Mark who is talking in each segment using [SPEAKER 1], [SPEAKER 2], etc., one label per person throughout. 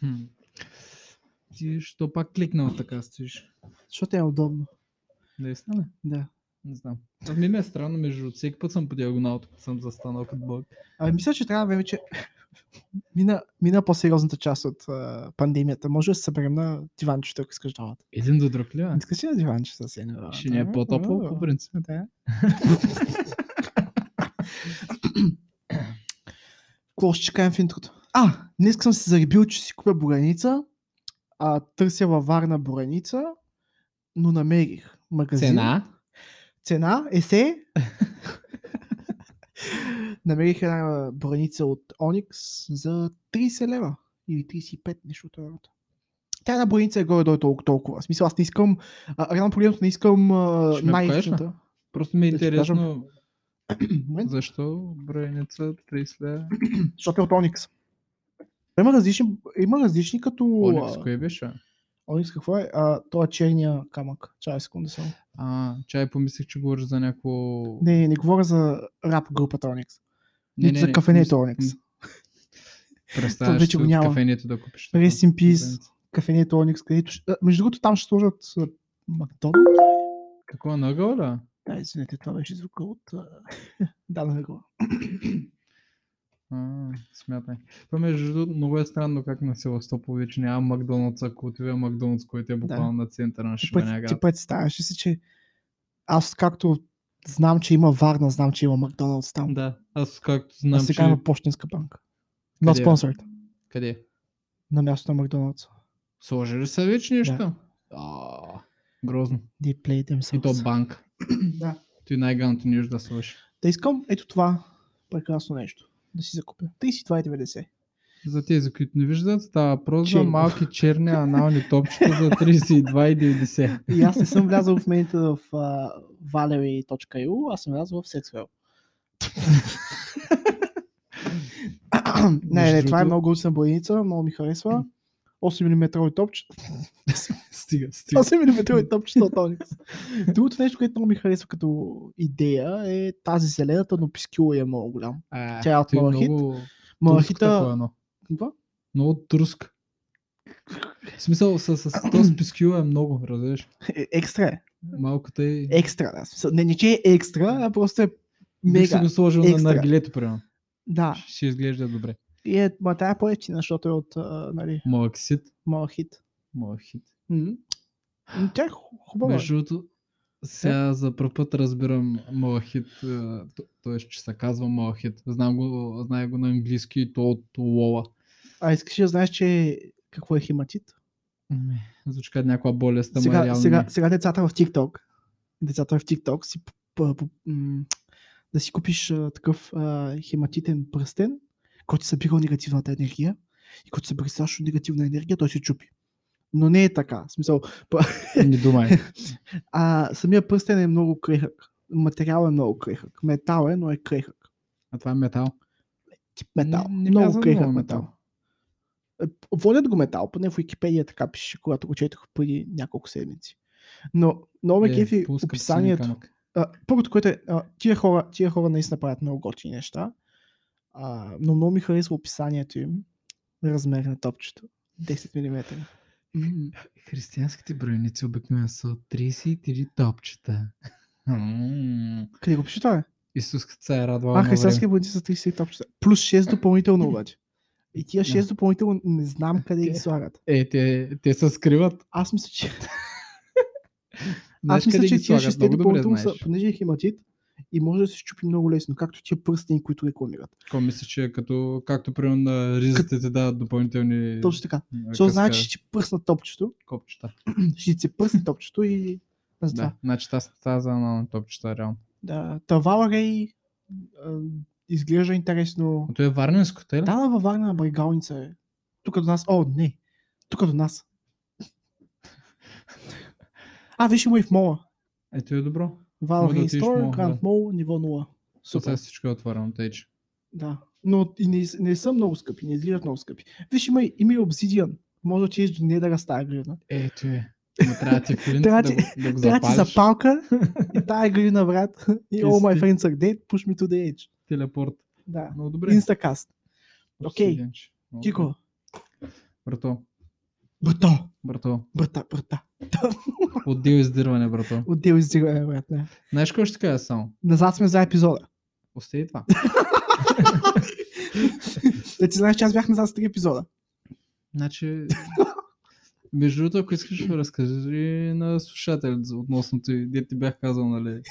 [SPEAKER 1] Хм. Ти що пак кликнал така стоиш?
[SPEAKER 2] Защото е удобно.
[SPEAKER 1] Наистина ли?
[SPEAKER 2] Да.
[SPEAKER 1] Не знам. А ми ми е странно, между другото. всеки път съм по диагоналата, като съм застанал като бог.
[SPEAKER 2] Ами мисля, че трябва вече. Мина, мина по-сериозната част от а, пандемията. Може да се съберем на диванчето, ако искаш давата.
[SPEAKER 1] Един до друг ли? а?
[SPEAKER 2] Искаш ли на диванчето с едно?
[SPEAKER 1] Ще ни е по-топло, по принцип.
[SPEAKER 2] Да. Какво ще чекаем в интрото? А, днес съм се заребил, че си купя буреница. А, търся във Варна буреница, но намерих магазин.
[SPEAKER 1] Цена?
[SPEAKER 2] Цена, есе. намерих една буреница от Onyx за 30 лева. Или 35, нещо от работа. Тя една буреница е горе-долу толкова, толкова. В смисъл, аз не искам... А, реално проблемът не искам а,
[SPEAKER 1] Ще ме покажеш ли?
[SPEAKER 2] най-ефтината.
[SPEAKER 1] Просто ми е
[SPEAKER 2] Да ти кажа.
[SPEAKER 1] интересно
[SPEAKER 2] Момент.
[SPEAKER 1] защо броеница 30 лева.
[SPEAKER 2] защото е от Onyx. Има различни, има различни като...
[SPEAKER 1] Оникс,
[SPEAKER 2] Onyx,
[SPEAKER 1] кое беше?
[SPEAKER 2] Onyx какво е? А, той е черния камък. Чай секунда само.
[SPEAKER 1] А, чай помислих, че говориш за някакво...
[SPEAKER 2] Не, не, не говоря за рап групата Onyx. нито за кафенето
[SPEAKER 1] мис-
[SPEAKER 2] Onyx.
[SPEAKER 1] м- Представяш
[SPEAKER 2] вече го
[SPEAKER 1] от
[SPEAKER 2] няма.
[SPEAKER 1] кафенето да купиш. такова.
[SPEAKER 2] Rest in peace,
[SPEAKER 1] Буреница.
[SPEAKER 2] кафенето Onyx, където... ще- а, Между другото, там ще сложат а, Макдоналд.
[SPEAKER 1] Какво, нагъл, да?
[SPEAKER 2] Да, извинете, това беше звука от... а, да, на го.
[SPEAKER 1] А, смятай. Това между другото много е странно как на Севастополь вече няма Макдоналдс, ако отива Макдоналдс, който е буквално на центъра на
[SPEAKER 2] Ти, път,
[SPEAKER 1] Шибаняга.
[SPEAKER 2] ти представяш ли си, че аз както знам, че има Варна, знам, че има Макдоналдс там.
[SPEAKER 1] Да, аз както
[SPEAKER 2] а
[SPEAKER 1] знам,
[SPEAKER 2] сега
[SPEAKER 1] че...
[SPEAKER 2] има Почтенска банка. На
[SPEAKER 1] Къде е?
[SPEAKER 2] спонсорите.
[SPEAKER 1] Къде?
[SPEAKER 2] На място на Макдоналдс.
[SPEAKER 1] Сложи ли са вече нещо? А, грозно.
[SPEAKER 2] They play themselves.
[SPEAKER 1] И то банк.
[SPEAKER 2] Да.
[SPEAKER 1] Той най-ганото нещо да сложи.
[SPEAKER 2] Да искам ето това прекрасно нещо. Да си закупя. 32,90.
[SPEAKER 1] За тези, които не виждат, става въпрос за
[SPEAKER 2] Черно.
[SPEAKER 1] малки черни анални топчета за 32,90.
[SPEAKER 2] И аз не съм влязъл в момента в uh, valery.eu, аз съм влязъл в Sexwell. не, не,
[SPEAKER 1] Между
[SPEAKER 2] това е
[SPEAKER 1] другото-
[SPEAKER 2] много гусна бойница, много ми харесва. 8 мм топче.
[SPEAKER 1] стига, стига.
[SPEAKER 2] 8 мм топче от Onyx. Другото нещо, което много ми харесва като идея е тази зелената, но пискила е много голям.
[SPEAKER 1] А,
[SPEAKER 2] тя е от
[SPEAKER 1] той
[SPEAKER 2] Малахит.
[SPEAKER 1] Много... турско такова
[SPEAKER 2] Малахита...
[SPEAKER 1] едно.
[SPEAKER 2] Какво?
[SPEAKER 1] Много турск. В смисъл, с, с, с този пискил е много, разбираш.
[SPEAKER 2] Е, Екстра е.
[SPEAKER 1] Малката е...
[SPEAKER 2] екстра. Да. В смисъл, Не, не че е екстра, а просто е
[SPEAKER 1] Бих си
[SPEAKER 2] мега.
[SPEAKER 1] го сложил
[SPEAKER 2] екстра.
[SPEAKER 1] на наргилето, примерно.
[SPEAKER 2] Да.
[SPEAKER 1] Ще изглежда добре.
[SPEAKER 2] И е, ма тая е по-ефтина, защото е от а, нали,
[SPEAKER 1] Малаксит.
[SPEAKER 2] малък хит.
[SPEAKER 1] Малахит.
[SPEAKER 2] М. Но тя е ху- хубава.
[SPEAKER 1] Между другото,
[SPEAKER 2] Е?
[SPEAKER 1] сега за първ път разбирам Малахит, т.е. че се казва Малахит. Знам го, знае го на английски и то от Лола.
[SPEAKER 2] А искаш ли да знаеш, че какво е хематит?
[SPEAKER 1] Ами, Звучи като някаква болест, ама
[SPEAKER 2] сега,
[SPEAKER 1] реално
[SPEAKER 2] сега,
[SPEAKER 1] не.
[SPEAKER 2] сега децата в TikTok. Децата в TikTok си п- п- п- м, да си купиш а, такъв а, хематитен пръстен, който събира негативната енергия и който събира страшно негативна енергия, той се чупи. Но не е така. В смисъл,
[SPEAKER 1] не думай.
[SPEAKER 2] А самия пръстен е много крехък. Материал е много крехък. Метал е, но е крехък.
[SPEAKER 1] А това е метал.
[SPEAKER 2] Тип метал.
[SPEAKER 1] Не- не
[SPEAKER 2] много
[SPEAKER 1] казвам
[SPEAKER 2] крехък
[SPEAKER 1] много
[SPEAKER 2] метал.
[SPEAKER 1] метал.
[SPEAKER 2] метал. Е, Водят го метал, поне в Википедия така пише, когато го четох преди няколко седмици. Но много ме кефи
[SPEAKER 1] Е, пускам син
[SPEAKER 2] описанието.
[SPEAKER 1] камък.
[SPEAKER 2] А, първото, което е, а, тия, хора, тия хора наистина правят много готини неща, а, но много ми харесва описанието им. Размер на топчето. 10 мм.
[SPEAKER 1] М, Християнските броеници обикновено са от 33 топчета. М.
[SPEAKER 2] Къде го пише това? бе?
[SPEAKER 1] Исус като се е радвал
[SPEAKER 2] А,
[SPEAKER 1] на време.
[SPEAKER 2] християнски води са 30 топчета. Плюс 6 допълнително обаче. И тия 6 допълнително не знам къде ги
[SPEAKER 1] Те-
[SPEAKER 2] слагат.
[SPEAKER 1] Е, те, те се скриват.
[SPEAKER 2] Аз мисля, че,
[SPEAKER 1] Знаеш
[SPEAKER 2] аз мисля,
[SPEAKER 1] къде
[SPEAKER 2] че
[SPEAKER 1] ги
[SPEAKER 2] тия
[SPEAKER 1] слагат?
[SPEAKER 2] 6
[SPEAKER 1] Много добре
[SPEAKER 2] допълнително са,
[SPEAKER 1] знаеш.
[SPEAKER 2] понеже е хематит и може да се щупи много лесно, както тия пръстени, които рекламират.
[SPEAKER 1] Какво мисля, че е като, както примерно на ризите ти дават допълнителни
[SPEAKER 2] Точно така.
[SPEAKER 1] м,
[SPEAKER 2] Защото знаеш,
[SPEAKER 1] къска
[SPEAKER 2] че ще пръсна топчето,
[SPEAKER 1] копчета.
[SPEAKER 2] ще ти се пръсне топчето и за това.
[SPEAKER 1] Да, значи тази става за на топчета, реално.
[SPEAKER 2] Да. Та Валерей а, изглежда интересно.
[SPEAKER 1] Но той е варненско, те ли?
[SPEAKER 2] Да, да, във Варна на брегалница е. Тук до нас. О, не. Тук до нас. А, виж има и в мола.
[SPEAKER 1] Ето е добро. Може да
[SPEAKER 2] Valheim
[SPEAKER 1] отидеш в
[SPEAKER 2] Store,
[SPEAKER 1] Мол,
[SPEAKER 2] Grand
[SPEAKER 1] да.
[SPEAKER 2] Mall, ниво 0.
[SPEAKER 1] Сега
[SPEAKER 2] Супер.
[SPEAKER 1] всичко е отворено, тъй че.
[SPEAKER 2] Да. Но и не, не са много скъпи, не изглеждат много скъпи. Виж, има, и- има и Obsidian. Може да отидеш до нея да разтая гривна.
[SPEAKER 1] Ето е. Ма трябва да ти флинт,
[SPEAKER 2] Трябва
[SPEAKER 1] да,
[SPEAKER 2] ти-
[SPEAKER 1] го- да го
[SPEAKER 2] Трябва ти
[SPEAKER 1] запалиш.
[SPEAKER 2] запалка и тая гри на врат. И
[SPEAKER 1] И
[SPEAKER 2] all my
[SPEAKER 1] си-
[SPEAKER 2] friends are dead, push me to the edge.
[SPEAKER 1] Телепорт.
[SPEAKER 2] Да.
[SPEAKER 1] Много добре.
[SPEAKER 2] Инстакаст.
[SPEAKER 1] Почти
[SPEAKER 2] окей.
[SPEAKER 1] идентично. Много добре.
[SPEAKER 2] Кико.
[SPEAKER 1] Брато,
[SPEAKER 2] Брато.
[SPEAKER 1] брато.
[SPEAKER 2] Брата, брата.
[SPEAKER 1] Отдел издирване, брато.
[SPEAKER 2] Отдел издигане, брат. Да.
[SPEAKER 1] Знаеш какво ще кажа само?
[SPEAKER 2] Назад сме за епизода.
[SPEAKER 1] Остави това.
[SPEAKER 2] Да ти знаеш, че аз бях назад с три епизода.
[SPEAKER 1] Значи, между другото, ако искаш, разкажи на слушателите за- относно ти, де ти бях казал, нали?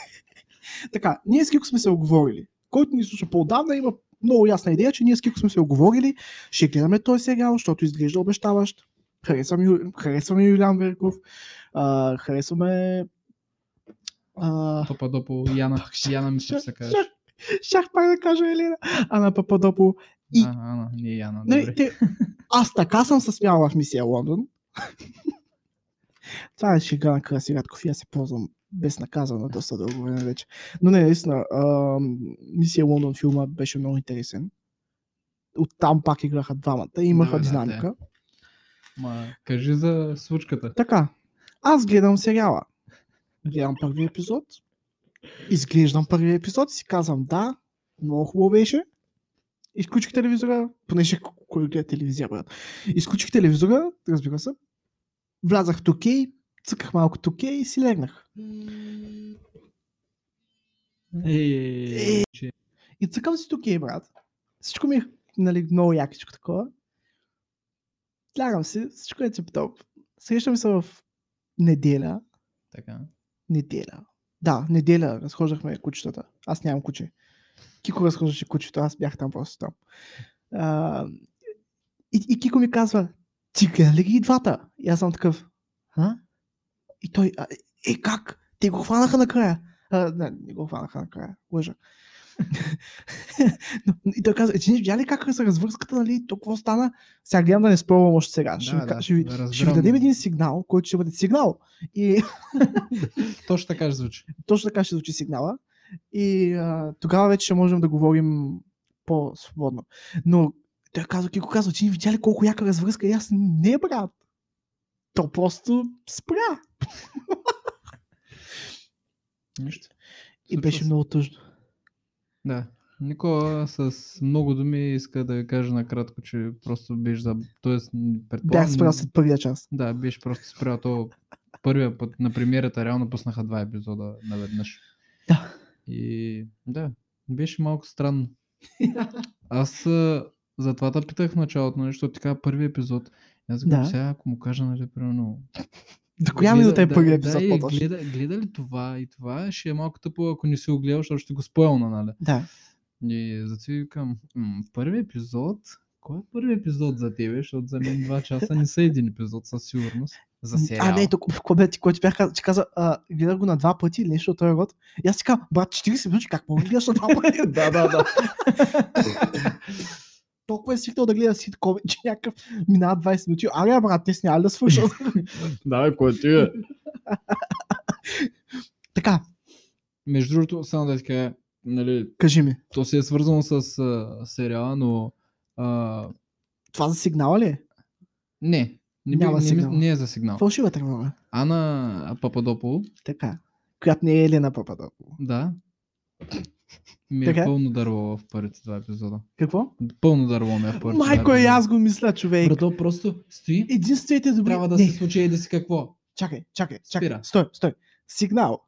[SPEAKER 2] Така, ние с Кико сме се оговорили. Който ни слуша по-отдавна има много ясна идея, че ние с Кико сме се оговорили. Ще гледаме този сериал, защото изглежда обещаващ. Харесваме, Ю- харесваме Юлиан Верков. А, харесваме... А,
[SPEAKER 1] Пападопол, Яна, Яна мисля, че се
[SPEAKER 2] Щах-
[SPEAKER 1] казваш.
[SPEAKER 2] щах- Щях пак да кажа Елена. Ана Пападопол. И-
[SPEAKER 1] А, Ана, не Яна,
[SPEAKER 2] Не,
[SPEAKER 1] добре.
[SPEAKER 2] те, аз така съм се смяла в мисия Лондон. Това е шега на Краси Радков и аз се ползвам безнаказано доста дълго време вече. Но не, наистина, а, мисия Лондон филма беше много интересен. Оттам пак играха двамата и имаха
[SPEAKER 1] Добре, да,
[SPEAKER 2] динамика.
[SPEAKER 1] Ма, кажи за случката.
[SPEAKER 2] Така, аз гледам сериала. Гледам първи епизод. Изглеждам първи епизод и си казвам да, много хубаво беше. Изключих телевизора, понеже к- кой гледа телевизия, брат. Изключих телевизора, разбира се. Влязах в токе, цъках малко токе и си легнах. Е,
[SPEAKER 1] Ей, че-
[SPEAKER 2] И цъкам си токе, брат. Всичко ми е нали, много якичко такова. Лягам си, всичко е тип-топ. Срещам се в неделя,
[SPEAKER 1] така.
[SPEAKER 2] Неделя. Да, неделя разхождахме кучетата. Аз нямам куче. Кико разхождаше кучето, аз бях там просто там. А, и, и Кико ми казва, ти гледа ли ги и двата? И аз съм такъв, а? И той, а, е как? Те го хванаха накрая. А, не, не го хванаха накрая. Лъжа. Но- и той каза, е, че не видя ли как се развързката, нали? То какво стана? Сега гледам да не спълвам още сега. ще,
[SPEAKER 1] Да,
[SPEAKER 2] ви, ка-
[SPEAKER 1] да,
[SPEAKER 2] ще, ви,
[SPEAKER 1] да
[SPEAKER 2] ще ви
[SPEAKER 1] разбирам.
[SPEAKER 2] дадем един сигнал, който ще бъде сигнал. И
[SPEAKER 1] Точно така ще звучи.
[SPEAKER 2] точно така ще звучи сигнала. И а, тогава вече ще можем да говорим по-свободно. Но той казва, Кико казва, че не видя ли колко яка развръзка? И аз не, брат. То просто спря.
[SPEAKER 1] Нищо.
[SPEAKER 2] И
[SPEAKER 1] Случва
[SPEAKER 2] беше
[SPEAKER 1] се.
[SPEAKER 2] много тъжно.
[SPEAKER 1] Да. Никола с много думи иска да ви кажа накратко, че просто беше за... Тоест, предполагам...
[SPEAKER 2] Бях спрял след първия час.
[SPEAKER 1] Да, беше просто спрял то първия път на премиерата. Реално пуснаха два епизода наведнъж.
[SPEAKER 2] Да.
[SPEAKER 1] И да, беше малко странно. Аз а, затова те питах в началото, нали, защото така първи епизод. Аз да.
[SPEAKER 2] Да.
[SPEAKER 1] сега, ако му кажа, нали, примерно...
[SPEAKER 2] До коя минута е
[SPEAKER 1] да,
[SPEAKER 2] първият епизод
[SPEAKER 1] да, и
[SPEAKER 2] по-точно?
[SPEAKER 1] гледа, гледа ли това и това, ще е малко тъпо, ако не си го гледал, защото ще го спойлна, нали?
[SPEAKER 2] Да.
[SPEAKER 1] И затова викам, м, първи епизод, кой е първи епизод за тебе, защото за мен два часа не са един епизод със сигурност. За сериал.
[SPEAKER 2] А, не, тук, какво бе ти, който бях казал, че каза, а, гледах го на два пъти или нещо от този род. И аз ти казвам, брат, 40 минути, как мога да гледаш на два пъти?
[SPEAKER 1] да, да, да.
[SPEAKER 2] Толкова е свикнал да гледа ситкоми, че някакъв минава 20 минути. Аре, брат, те си няма ли да свършат.
[SPEAKER 1] да, кой ти е?
[SPEAKER 2] Така,
[SPEAKER 1] Между другото, само да ти кажа, нали,
[SPEAKER 2] кажи ми,
[SPEAKER 1] то си е свързано с а, сериала, но а,
[SPEAKER 2] това за сигнала ли е?
[SPEAKER 1] не, не, би,
[SPEAKER 2] Няма
[SPEAKER 1] не, ми-
[SPEAKER 2] сигнал.
[SPEAKER 1] не е за сигнал.
[SPEAKER 2] Фалшива тревога.
[SPEAKER 1] Ана Пападопол,
[SPEAKER 2] Така. Която не е Елена Пападопол.
[SPEAKER 1] да, ми е
[SPEAKER 2] Така.
[SPEAKER 1] пълно дърво в първите два епизода.
[SPEAKER 2] Какво?
[SPEAKER 1] Пълно дърво ми е в първите два
[SPEAKER 2] Майко, и
[SPEAKER 1] епизода.
[SPEAKER 2] аз го мисля, човек.
[SPEAKER 1] Брато просто стои
[SPEAKER 2] Единствените добри...
[SPEAKER 1] трябва да
[SPEAKER 2] не,
[SPEAKER 1] се случи еди си какво.
[SPEAKER 2] Чакай, чакай, чакай.
[SPEAKER 1] Спира.
[SPEAKER 2] Стой, стой. Сигнал.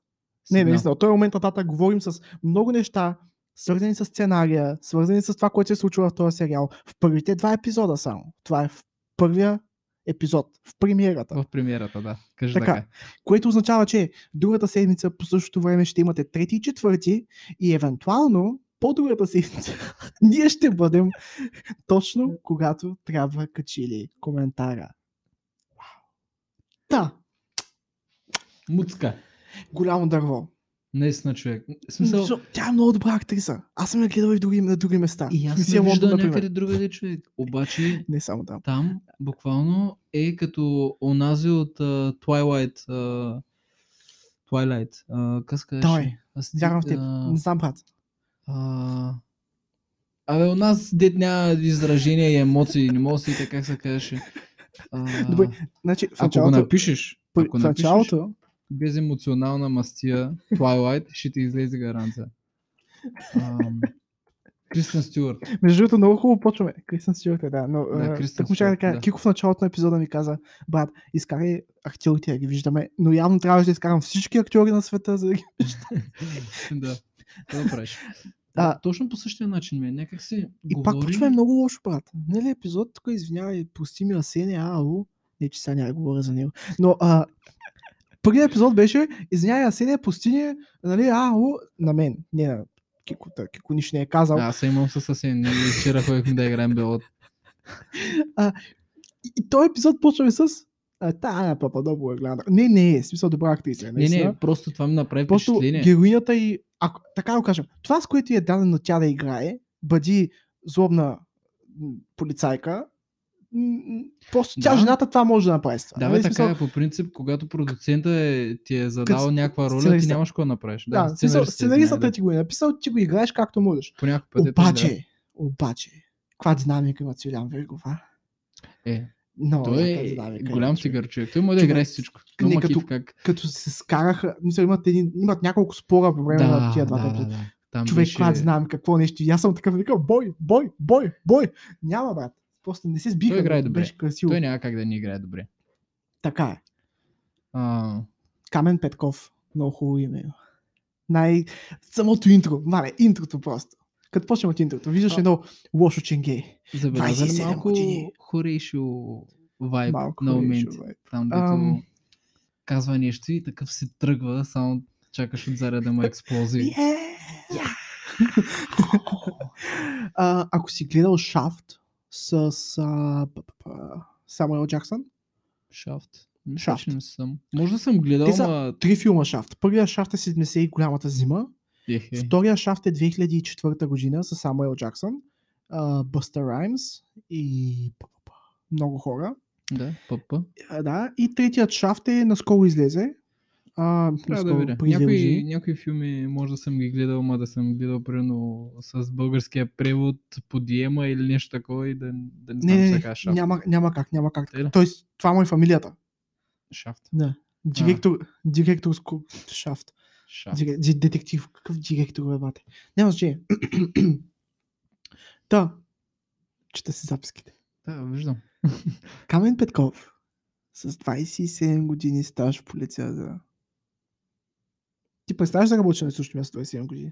[SPEAKER 2] Не,
[SPEAKER 1] Сигнал.
[SPEAKER 2] наистина, от този момент нататък говорим с много неща, свързани с сценария, свързани с това, което се случва в този сериал. В първите два епизода само. Това е в първия епизод, в премиерата.
[SPEAKER 1] В премиерата, да. Кажи
[SPEAKER 2] Така.
[SPEAKER 1] така.
[SPEAKER 2] Което означава, че другата седмица по същото време ще имате трети и четвърти и евентуално по-другата седмица ние ще бъдем точно когато трябва качили коментара. Та,
[SPEAKER 1] Муцка.
[SPEAKER 2] голямо дърво.
[SPEAKER 1] Наистина човек. В смисъл,
[SPEAKER 2] Защо- Тя е много добра актриса. Аз съм я гледал и в други, на други места.
[SPEAKER 1] и
[SPEAKER 2] В
[SPEAKER 1] аз съм
[SPEAKER 2] Мисия Лондон,
[SPEAKER 1] виждал
[SPEAKER 2] например.
[SPEAKER 1] някъде другаде човек. Обаче
[SPEAKER 2] Не само там.
[SPEAKER 1] там буквално е като онази от uh, Twilight. Uh, Twilight. Uh, къска
[SPEAKER 2] Давай, вярвам в теб. Не знам, брат.
[SPEAKER 1] Абе, у нас дет няма изражения и емоции, не мога да се как се казваше. А,
[SPEAKER 2] Добре, Значи, в
[SPEAKER 1] ако го
[SPEAKER 2] началото...
[SPEAKER 1] напишеш,
[SPEAKER 2] Пър-
[SPEAKER 1] Ако
[SPEAKER 2] в
[SPEAKER 1] напишеш-
[SPEAKER 2] началото,
[SPEAKER 1] без емоционална мастия, Twilight, ще ти излезе гаранция. Ам, Кристен Стюарт.
[SPEAKER 2] между другото, много хубаво почваме. Кристен Стюарт, е, да. Но,
[SPEAKER 1] Да,
[SPEAKER 2] да,
[SPEAKER 1] Кристен
[SPEAKER 2] так му ще да
[SPEAKER 1] Стюарт,
[SPEAKER 2] кажа,
[SPEAKER 1] да.
[SPEAKER 2] Кико в началото на епизода ми каза, брат, изкарай актьорите, да ги виждаме, но явно трябваше да изкарам всички актьори на света, за да ги...
[SPEAKER 1] да, какво да правиш? Е,
[SPEAKER 2] А-
[SPEAKER 1] Точно по същия начин, мен. Някак си
[SPEAKER 2] И пак почваме много лошо, брат. Минали епизод, тук извинявай, прости ми Асене, ау. Не, че сега няма да говоря за него. Но а, първият епизод беше, извинявай Асене, прости ни, нали, ау, на мен. Не, на Кико, та, Кико нищо не е казал.
[SPEAKER 1] Да, аз се имам със съвсем. Ние вчера ходихме да играем белот.
[SPEAKER 2] И, и този епизод почваме с а, та Ана Пападопова гледа. е Не, не, в смисъл добра актриса.
[SPEAKER 1] Не,
[SPEAKER 2] е, наистина.
[SPEAKER 1] не, просто това ми направи
[SPEAKER 2] Просто
[SPEAKER 1] впечатление.
[SPEAKER 2] героинята и, ако, така го кажем, това с което ѝ е дадено тя да играе, бъди злобна м, полицайка, м, м, просто тя
[SPEAKER 1] Да.
[SPEAKER 2] жената това може да направи с това.
[SPEAKER 1] Да,
[SPEAKER 2] Нали,
[SPEAKER 1] бе,
[SPEAKER 2] в смисъл,
[SPEAKER 1] така е, по принцип, когато продуцента е, ти е задал
[SPEAKER 2] Като
[SPEAKER 1] някаква роля, ти
[SPEAKER 2] сценариста.
[SPEAKER 1] нямаш какво да направиш.
[SPEAKER 2] Да, в смисъл,
[SPEAKER 1] сценаристът извинявай,
[SPEAKER 2] сценаристът
[SPEAKER 1] да.
[SPEAKER 2] е ти го е написал, ти го играеш както можеш.
[SPEAKER 1] По някакъв път е така, да.
[SPEAKER 2] обаче, обаче, каква динамика има Цвилян Вергов, а?
[SPEAKER 1] Е,
[SPEAKER 2] Много
[SPEAKER 1] той
[SPEAKER 2] яка
[SPEAKER 1] е
[SPEAKER 2] динамика има,
[SPEAKER 1] голям
[SPEAKER 2] човек.
[SPEAKER 1] сигарче. Той може да
[SPEAKER 2] Човек,
[SPEAKER 1] играе с всичко.
[SPEAKER 2] не
[SPEAKER 1] Много
[SPEAKER 2] като-
[SPEAKER 1] макив как.
[SPEAKER 2] Като се скараха, мисля, имат, един, имат няколко спора по време на
[SPEAKER 1] Да, да,
[SPEAKER 2] тия двата епизода.
[SPEAKER 1] да, да. Там
[SPEAKER 2] човек,
[SPEAKER 1] беше-
[SPEAKER 2] беше... аз знам какво нещо. И аз съм такъв, викам, бой, бой, бой, бой. Няма, брат. Просто не се сбиха.
[SPEAKER 1] Той играе
[SPEAKER 2] но
[SPEAKER 1] добре.
[SPEAKER 2] Беше красиво.
[SPEAKER 1] Той няма как да ни играе добре.
[SPEAKER 2] Така е.
[SPEAKER 1] А,
[SPEAKER 2] Камен Петков. Много хубаво име. има. Най... Самото интро. Мале, интрото просто. Като почнем от интрото, виждаш
[SPEAKER 1] А.
[SPEAKER 2] едно лошо ченге.
[SPEAKER 1] забеляза ли
[SPEAKER 2] 27
[SPEAKER 1] малко
[SPEAKER 2] години.
[SPEAKER 1] хорейшо вайб
[SPEAKER 2] Малко.
[SPEAKER 1] на
[SPEAKER 2] хубаво
[SPEAKER 1] моменти.
[SPEAKER 2] беше, бе.
[SPEAKER 1] Там, дето
[SPEAKER 2] Ам.
[SPEAKER 1] казва нещо и такъв се тръгва, само чакаш от заряда му експлозии.
[SPEAKER 2] Е! А, ако си гледал Шафт с, с а, п- п- п- Самуел Джаксън,
[SPEAKER 1] Шафт. Мисля,
[SPEAKER 2] Шафт.
[SPEAKER 1] че не съм. Може да съм гледал,
[SPEAKER 2] Те са-
[SPEAKER 1] ма...
[SPEAKER 2] три филма Шафт. Първия Шафт е 70 и голямата зима,
[SPEAKER 1] Ех, е.
[SPEAKER 2] Втория шафт е 2004 година с Самуел Джаксън, Бъстър Раймс и па, па, па, много хора.
[SPEAKER 1] Да, пъпа.
[SPEAKER 2] А, Да, и третият шафт е наскоро излезе. А,
[SPEAKER 1] Трябва да
[SPEAKER 2] наскоро,
[SPEAKER 1] видя.
[SPEAKER 2] преди две
[SPEAKER 1] Някои,
[SPEAKER 2] години.
[SPEAKER 1] някои филми може да съм ги гледал, ма да съм гледал примерно с българския превод, подиема или нещо такова и да, да не
[SPEAKER 2] Не,
[SPEAKER 1] знам
[SPEAKER 2] не,
[SPEAKER 1] сега е
[SPEAKER 2] не,
[SPEAKER 1] шафт.
[SPEAKER 2] няма, няма как, няма как.
[SPEAKER 1] Тъй да.
[SPEAKER 2] Тоест, това му е фамилията.
[SPEAKER 1] Шафт.
[SPEAKER 2] Да. Директор, директорско шафт.
[SPEAKER 1] Шафт.
[SPEAKER 2] Дире- ди- Детектив, какъв директор бе, бате? Няма значение. Та, чета си записките.
[SPEAKER 1] Да, виждам.
[SPEAKER 2] Камен Петков с 27 години стаж в полицията. Ти представяш да работиш на същото място 27 години?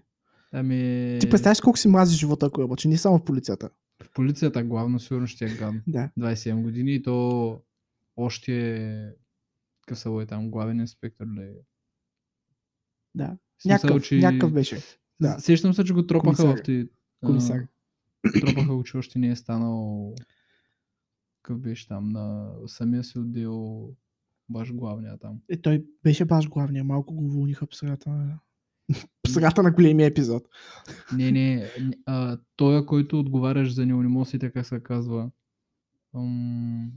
[SPEAKER 1] Ами...
[SPEAKER 2] Ти представяш колко си мрази живота, ако работиш, не само в полицията.
[SPEAKER 1] В полицията главно сигурно ще е гадно.
[SPEAKER 2] Да.
[SPEAKER 1] 27 години и то още е... Какъв са е там? Главен инспектор ли? е?
[SPEAKER 2] Да.
[SPEAKER 1] В смисъл,
[SPEAKER 2] Някакъв,
[SPEAKER 1] че-
[SPEAKER 2] някакъв беше. да.
[SPEAKER 1] Сещам се, че го тропаха в
[SPEAKER 2] Комисар.
[SPEAKER 1] ти... а,
[SPEAKER 2] Комисар.
[SPEAKER 1] тропаха го, че още не е станал... Какъв беше там? На самия си отдел баш главния там.
[SPEAKER 2] Е, той беше баш главния. Малко го уволниха по средата на... по средата на големия епизод.
[SPEAKER 1] Не, не. н- А, той, който отговаряш за неонимосите, как се казва. Ам...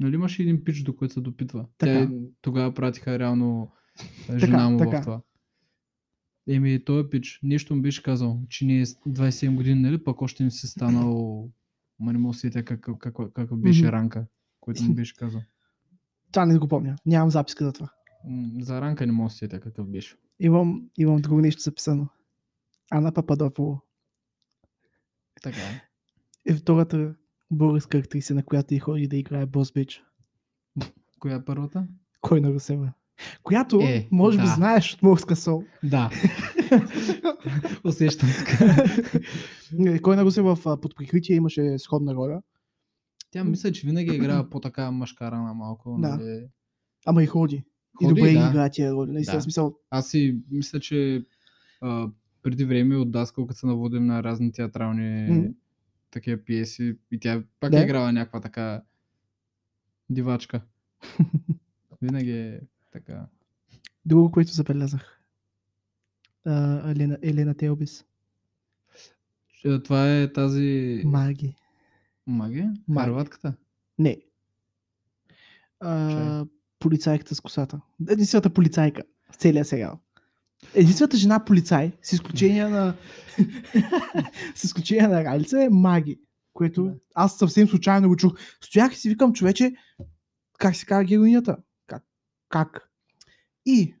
[SPEAKER 1] Нали имаше един пич, до който се допитва? Тя
[SPEAKER 2] Така.
[SPEAKER 1] е- тогава пратиха реално а, жена му
[SPEAKER 2] така.
[SPEAKER 1] в това. Еми, той пич, нещо му беше казал, че не е с- 27 години, нали, пък още не си станал, ма не мога да се сетя как, как, как, какъв беше
[SPEAKER 2] Мгм.
[SPEAKER 1] ранка, който му беше казал.
[SPEAKER 2] Това не го помня. Нямам записка за това.
[SPEAKER 1] М, За ранка не мога да се сетя какъв беше.
[SPEAKER 2] Имам, имам друго нещо записано. Ана Пападопова.
[SPEAKER 1] Така е.
[SPEAKER 2] е втората българска актриса, на която и ходи да играе Бос Бич.
[SPEAKER 1] Коя е първата?
[SPEAKER 2] Кой на Русева? Която,
[SPEAKER 1] Е,
[SPEAKER 2] е, може би
[SPEAKER 1] да.
[SPEAKER 2] знаеш от Морска сол.
[SPEAKER 1] Да. Усещам се.
[SPEAKER 2] Не, Кой на Русева в а, под прикритие имаше сходна роля,
[SPEAKER 1] Тя мисля, че винаги играе по-така мъжкарана малко.
[SPEAKER 2] Да.
[SPEAKER 1] Нали?
[SPEAKER 2] ама и ходи.
[SPEAKER 1] Ходи,
[SPEAKER 2] и добре
[SPEAKER 1] да.
[SPEAKER 2] да. играе тия роли. Наистина,
[SPEAKER 1] Да.
[SPEAKER 2] да. смисъл,
[SPEAKER 1] Аз си мисля, че а, преди време от Даскал, като се наводим на разни театрални
[SPEAKER 2] Мгм.
[SPEAKER 1] такива пиеси, и тя пак
[SPEAKER 2] Да.
[SPEAKER 1] е играла някаква така дивачка. Винаги е така.
[SPEAKER 2] друго, което забелязах. А, Елена, Елена Телбис.
[SPEAKER 1] Ч- а, Това е тази...
[SPEAKER 2] Маги.
[SPEAKER 1] Магия?
[SPEAKER 2] Маги.
[SPEAKER 1] Харватката?
[SPEAKER 2] Не.
[SPEAKER 1] Чай.
[SPEAKER 2] А, полицайката с косата. Единствената полицайка в целия сериал. Единствената жена полицай, с изключение на с изключение на Ралица е Маги, което
[SPEAKER 1] Да.
[SPEAKER 2] аз съвсем случайно го чух. Стоях и си викам, човече, как се казва героинята? Как? как. И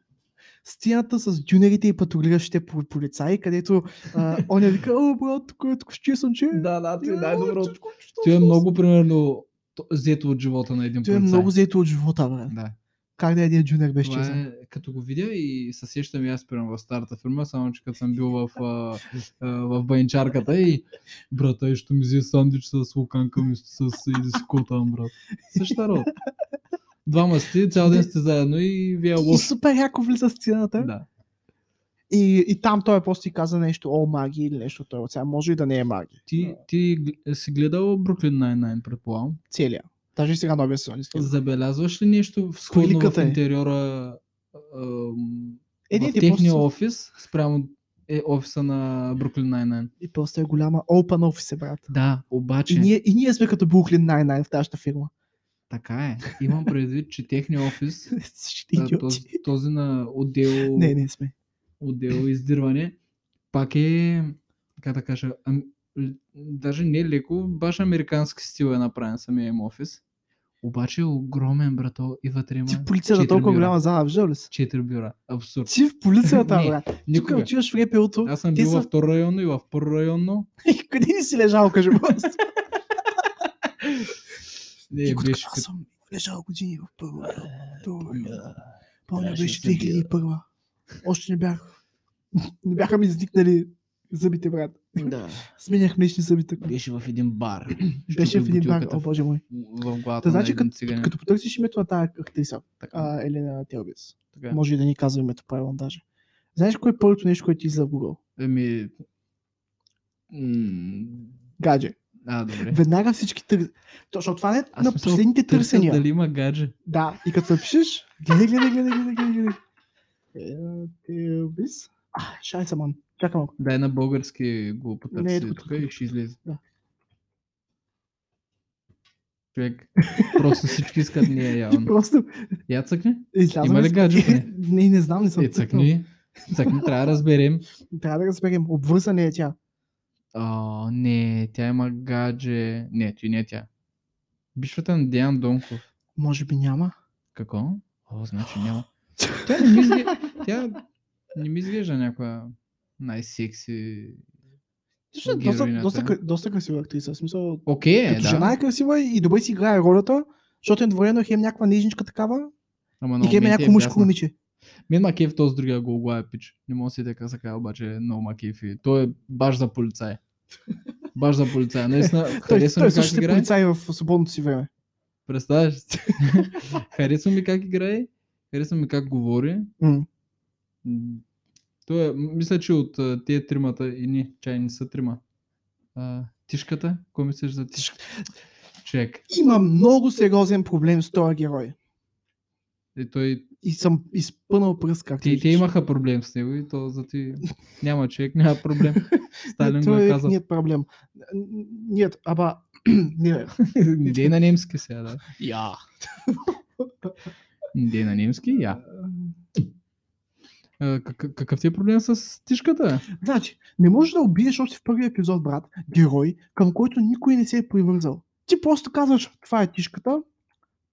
[SPEAKER 2] стената с дюнерите и патрулиращите пол- полицаи, където а, оня вика, о, брат, тук е тук ще съм че.
[SPEAKER 1] Да, да,
[SPEAKER 2] И,
[SPEAKER 1] той
[SPEAKER 2] «О,
[SPEAKER 1] е най-доброто.
[SPEAKER 2] чичко, чичко,
[SPEAKER 1] Той е
[SPEAKER 2] чичко».
[SPEAKER 1] много, примерно, то- взето от живота на един
[SPEAKER 2] Той е
[SPEAKER 1] полицай.
[SPEAKER 2] много заето от живота, бе.
[SPEAKER 1] Да.
[SPEAKER 2] Как да е един джуниор без
[SPEAKER 1] Това
[SPEAKER 2] чизъм?
[SPEAKER 1] е, като го видя и се сещам и аз спирам в старата фирма, само че като съм бил в, а, а, в баничарката и брата, е, ще ми взе сандвич с луканка ми с иди си ко там, брат. Същата род. Двама сте, цял ден сте заедно и ви е
[SPEAKER 2] И
[SPEAKER 1] лошо.
[SPEAKER 2] супер яко влиза в сцената.
[SPEAKER 1] Да.
[SPEAKER 2] И, и там той просто ти каза нещо, о, маги или нещо. Той от сега може и да не е маги.
[SPEAKER 1] Ти, ти гл- си гледал Бруклин Nine-Nine, предполагам.
[SPEAKER 2] Целия. Даже и сега новия сезон. искам.
[SPEAKER 1] Забелязваш ли нещо в сходно в
[SPEAKER 2] Публиката е.
[SPEAKER 1] интериора ам,
[SPEAKER 2] Е, не,
[SPEAKER 1] в
[SPEAKER 2] ти
[SPEAKER 1] техния
[SPEAKER 2] просто-
[SPEAKER 1] офис спрямо е офиса на Бруклин Nine-Nine?
[SPEAKER 2] И просто е голяма open office, брат.
[SPEAKER 1] Да, обаче...
[SPEAKER 2] И ние, и ние сме като Brooklyn Nine-Nine в нашата фирма.
[SPEAKER 1] Така е. Имам предвид, че техния офис,
[SPEAKER 2] Всички
[SPEAKER 1] а,
[SPEAKER 2] идиоти.
[SPEAKER 1] този, този на отдел,
[SPEAKER 2] Не, не сме.
[SPEAKER 1] отдел издирване, пак е, как да кажа, ам, л- даже не леко, баш американски стил е направен самия им офис. Обаче е огромен, брато, и вътре има
[SPEAKER 2] Ти в полицията
[SPEAKER 1] четири
[SPEAKER 2] толкова
[SPEAKER 1] бюра.
[SPEAKER 2] голяма зала, виждал ли си?
[SPEAKER 1] 4 бюра. Абсурд.
[SPEAKER 2] Ти в полицията,
[SPEAKER 1] Не,
[SPEAKER 2] брат. Тук
[SPEAKER 1] Никога.
[SPEAKER 2] отиваш в репелото
[SPEAKER 1] Аз съм
[SPEAKER 2] те
[SPEAKER 1] бил
[SPEAKER 2] са-
[SPEAKER 1] във второ районно и в първо районно.
[SPEAKER 2] и къде не си лежал, кажи просто.
[SPEAKER 1] Не,
[SPEAKER 2] Никой
[SPEAKER 1] Е, беше
[SPEAKER 2] така,
[SPEAKER 1] като... Е,
[SPEAKER 2] Аз съм лежал години в първо. Първо. Помня
[SPEAKER 1] трябваше
[SPEAKER 2] беше
[SPEAKER 1] да се бие.
[SPEAKER 2] 2001. Още не бях. Не бяха ми изникнали зъбите, брат.
[SPEAKER 1] Да.
[SPEAKER 2] Сменях млечни зъбите.
[SPEAKER 1] Беше в един бар.
[SPEAKER 2] Беше
[SPEAKER 1] Щупих
[SPEAKER 2] в един бар,
[SPEAKER 1] бутилката
[SPEAKER 2] о
[SPEAKER 1] в-
[SPEAKER 2] боже мой.
[SPEAKER 1] В главата
[SPEAKER 2] Та
[SPEAKER 1] на
[SPEAKER 2] значи,
[SPEAKER 1] един циганин.
[SPEAKER 2] като, като потърсиш името на тази актриса,
[SPEAKER 1] Така.
[SPEAKER 2] а, Елена Телбис,
[SPEAKER 1] Така.
[SPEAKER 2] може и да ни казва името правилно даже. Знаеш кое е първото нещо, което ти за Google?
[SPEAKER 1] Еми. Ами, м,
[SPEAKER 2] Гадже.
[SPEAKER 1] А, добре.
[SPEAKER 2] Веднага всички търсят. Точно това не е
[SPEAKER 1] Е. Аз
[SPEAKER 2] на
[SPEAKER 1] мисля,
[SPEAKER 2] последните
[SPEAKER 1] търсят
[SPEAKER 2] търсения.
[SPEAKER 1] Дали има гадже?
[SPEAKER 2] Да, и като напишеш, гледай, гледай, гледай, гледай, гледай, гледай. Елена Телбис. А, шай саман. Чакай малко.
[SPEAKER 1] Дай на български го
[SPEAKER 2] Не, е
[SPEAKER 1] потърси
[SPEAKER 2] тук,
[SPEAKER 1] тук,
[SPEAKER 2] тук,
[SPEAKER 1] и
[SPEAKER 2] тук.
[SPEAKER 1] ще излезе.
[SPEAKER 2] Да.
[SPEAKER 1] Човек, просто всички искат ние
[SPEAKER 2] И
[SPEAKER 1] явно.
[SPEAKER 2] просто
[SPEAKER 1] Я цъкни?
[SPEAKER 2] излязам.
[SPEAKER 1] Има ли гадже поне?
[SPEAKER 2] Не, не знам, не съм.
[SPEAKER 1] Е,
[SPEAKER 2] цъкнал.
[SPEAKER 1] цъкни. Цъкни, трябва да разберем.
[SPEAKER 2] Трябва да разберем. Обвързане е тя.
[SPEAKER 1] А, не, тя има гадже. Не, ти не е тя. Бишвата на Диан Донков.
[SPEAKER 2] Може би няма.
[SPEAKER 1] Какво? О, значи няма. Тя не ми изглежда, тя не ми изглежда някоя най-секси.
[SPEAKER 2] Също е доста,
[SPEAKER 1] героинята.
[SPEAKER 2] доста, кра- доста красива актриса. В смисъл,
[SPEAKER 1] Окей, е,
[SPEAKER 2] като
[SPEAKER 1] да.
[SPEAKER 2] жена е красива и добре си играе ролята, защото е дворено хем някаква нежничка такава
[SPEAKER 1] Ама
[SPEAKER 2] и
[SPEAKER 1] много
[SPEAKER 2] хем е
[SPEAKER 1] ми
[SPEAKER 2] някакво мъжко
[SPEAKER 1] бясна.
[SPEAKER 2] момиче.
[SPEAKER 1] Мен макев този другия го оглая пич. Не мога да си така сега, обаче много макев. и Той е баш за полицай. Баш за полицай. Наистина,
[SPEAKER 2] Той,
[SPEAKER 1] харесва
[SPEAKER 2] той
[SPEAKER 1] ми как
[SPEAKER 2] също е
[SPEAKER 1] играе.
[SPEAKER 2] полицай в свободното си време.
[SPEAKER 1] Представяш си? Харесва ми как играе. Харесва ми как говори.
[SPEAKER 2] М.
[SPEAKER 1] М, Той е, мисля, че от а, тия тримата, и не, чай не са трима. А, тишката? Кой мислиш за тишката? Чек.
[SPEAKER 2] Има много сериозен проблем с този герой.
[SPEAKER 1] И е, той,
[SPEAKER 2] И съм изпънал пръст, както
[SPEAKER 1] те, те
[SPEAKER 2] виждаш.
[SPEAKER 1] имаха проблем с него и то за ти няма човек, няма проблем. Сталин го
[SPEAKER 2] Това
[SPEAKER 1] е
[SPEAKER 2] е
[SPEAKER 1] казал.
[SPEAKER 2] Нет проблем. Н- н- Нет, аба... Не, бе.
[SPEAKER 1] Не дей на немски сега, да.
[SPEAKER 2] Я.
[SPEAKER 1] Не дей на немски, я. А, какъв, какъв ти е проблем с тишката?
[SPEAKER 2] Значи, не можеш да убиеш още в първия епизод, брат, герой, към който никой не се е привързал. Ти просто казваш, това е тишката,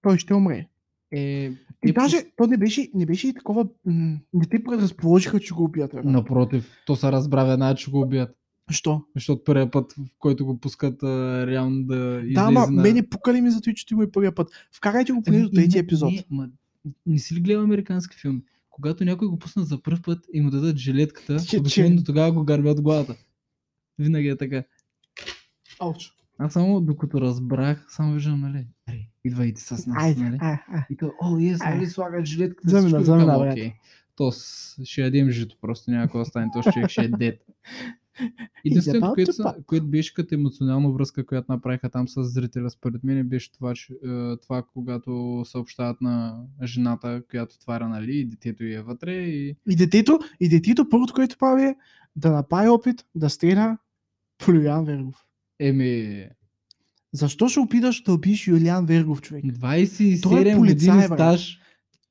[SPEAKER 2] той ще умре.
[SPEAKER 1] Е,
[SPEAKER 2] И
[SPEAKER 1] е
[SPEAKER 2] даже то не беше, не беше и такова, м, не те предразположиха, че го убият.
[SPEAKER 1] пос-
[SPEAKER 2] брат.
[SPEAKER 1] Напротив, то се разбра веднага, че го убият.
[SPEAKER 2] Що?
[SPEAKER 1] Защото първия път, в който го пускат а, реално да излезе
[SPEAKER 2] Да, ама е
[SPEAKER 1] на...
[SPEAKER 2] мене пукали ми за това, че ти му е първия път. Вкарайте го поне до
[SPEAKER 1] Ами,
[SPEAKER 2] третия
[SPEAKER 1] не,
[SPEAKER 2] епизод.
[SPEAKER 1] Не, ма, не си ли гледал американски филми? Когато някой го пуснат за първ път и му дадат жилетката,
[SPEAKER 2] Че- че-
[SPEAKER 1] обикновено тогава го гърбят главата. Винаги е така.
[SPEAKER 2] Ауч.
[SPEAKER 1] Аз само докато разбрах, само виждам, нали? Аре, идвайте с нас,
[SPEAKER 2] Айде,
[SPEAKER 1] нали?
[SPEAKER 2] айде, айде.
[SPEAKER 1] И той, о, ес,
[SPEAKER 2] Ай.
[SPEAKER 1] нали слагат жилетката.
[SPEAKER 2] Е. Замина,
[SPEAKER 1] всичко и
[SPEAKER 2] замина,
[SPEAKER 1] викам,
[SPEAKER 2] брат.
[SPEAKER 1] окей. То с- ще ядем жито, просто някой да стане, то ще, ще е дед. Единственото,
[SPEAKER 2] about
[SPEAKER 1] което,
[SPEAKER 2] to
[SPEAKER 1] са-
[SPEAKER 2] pop.
[SPEAKER 1] което беше като емоционална връзка, която направиха там с зрителя, според мен, беше това, че, е, това, когато съобщават на жената, която отваря, нали, и детето й е вътре, и
[SPEAKER 2] И детето, и детето първото, което прави е да направи опит да стреля по Юлиан Вергов.
[SPEAKER 1] еми,
[SPEAKER 2] Защо ще опиташ да убиеш Юлиан Вергов,
[SPEAKER 1] е
[SPEAKER 2] човек?
[SPEAKER 1] 27
[SPEAKER 2] полицай,
[SPEAKER 1] години
[SPEAKER 2] брат.
[SPEAKER 1] стаж.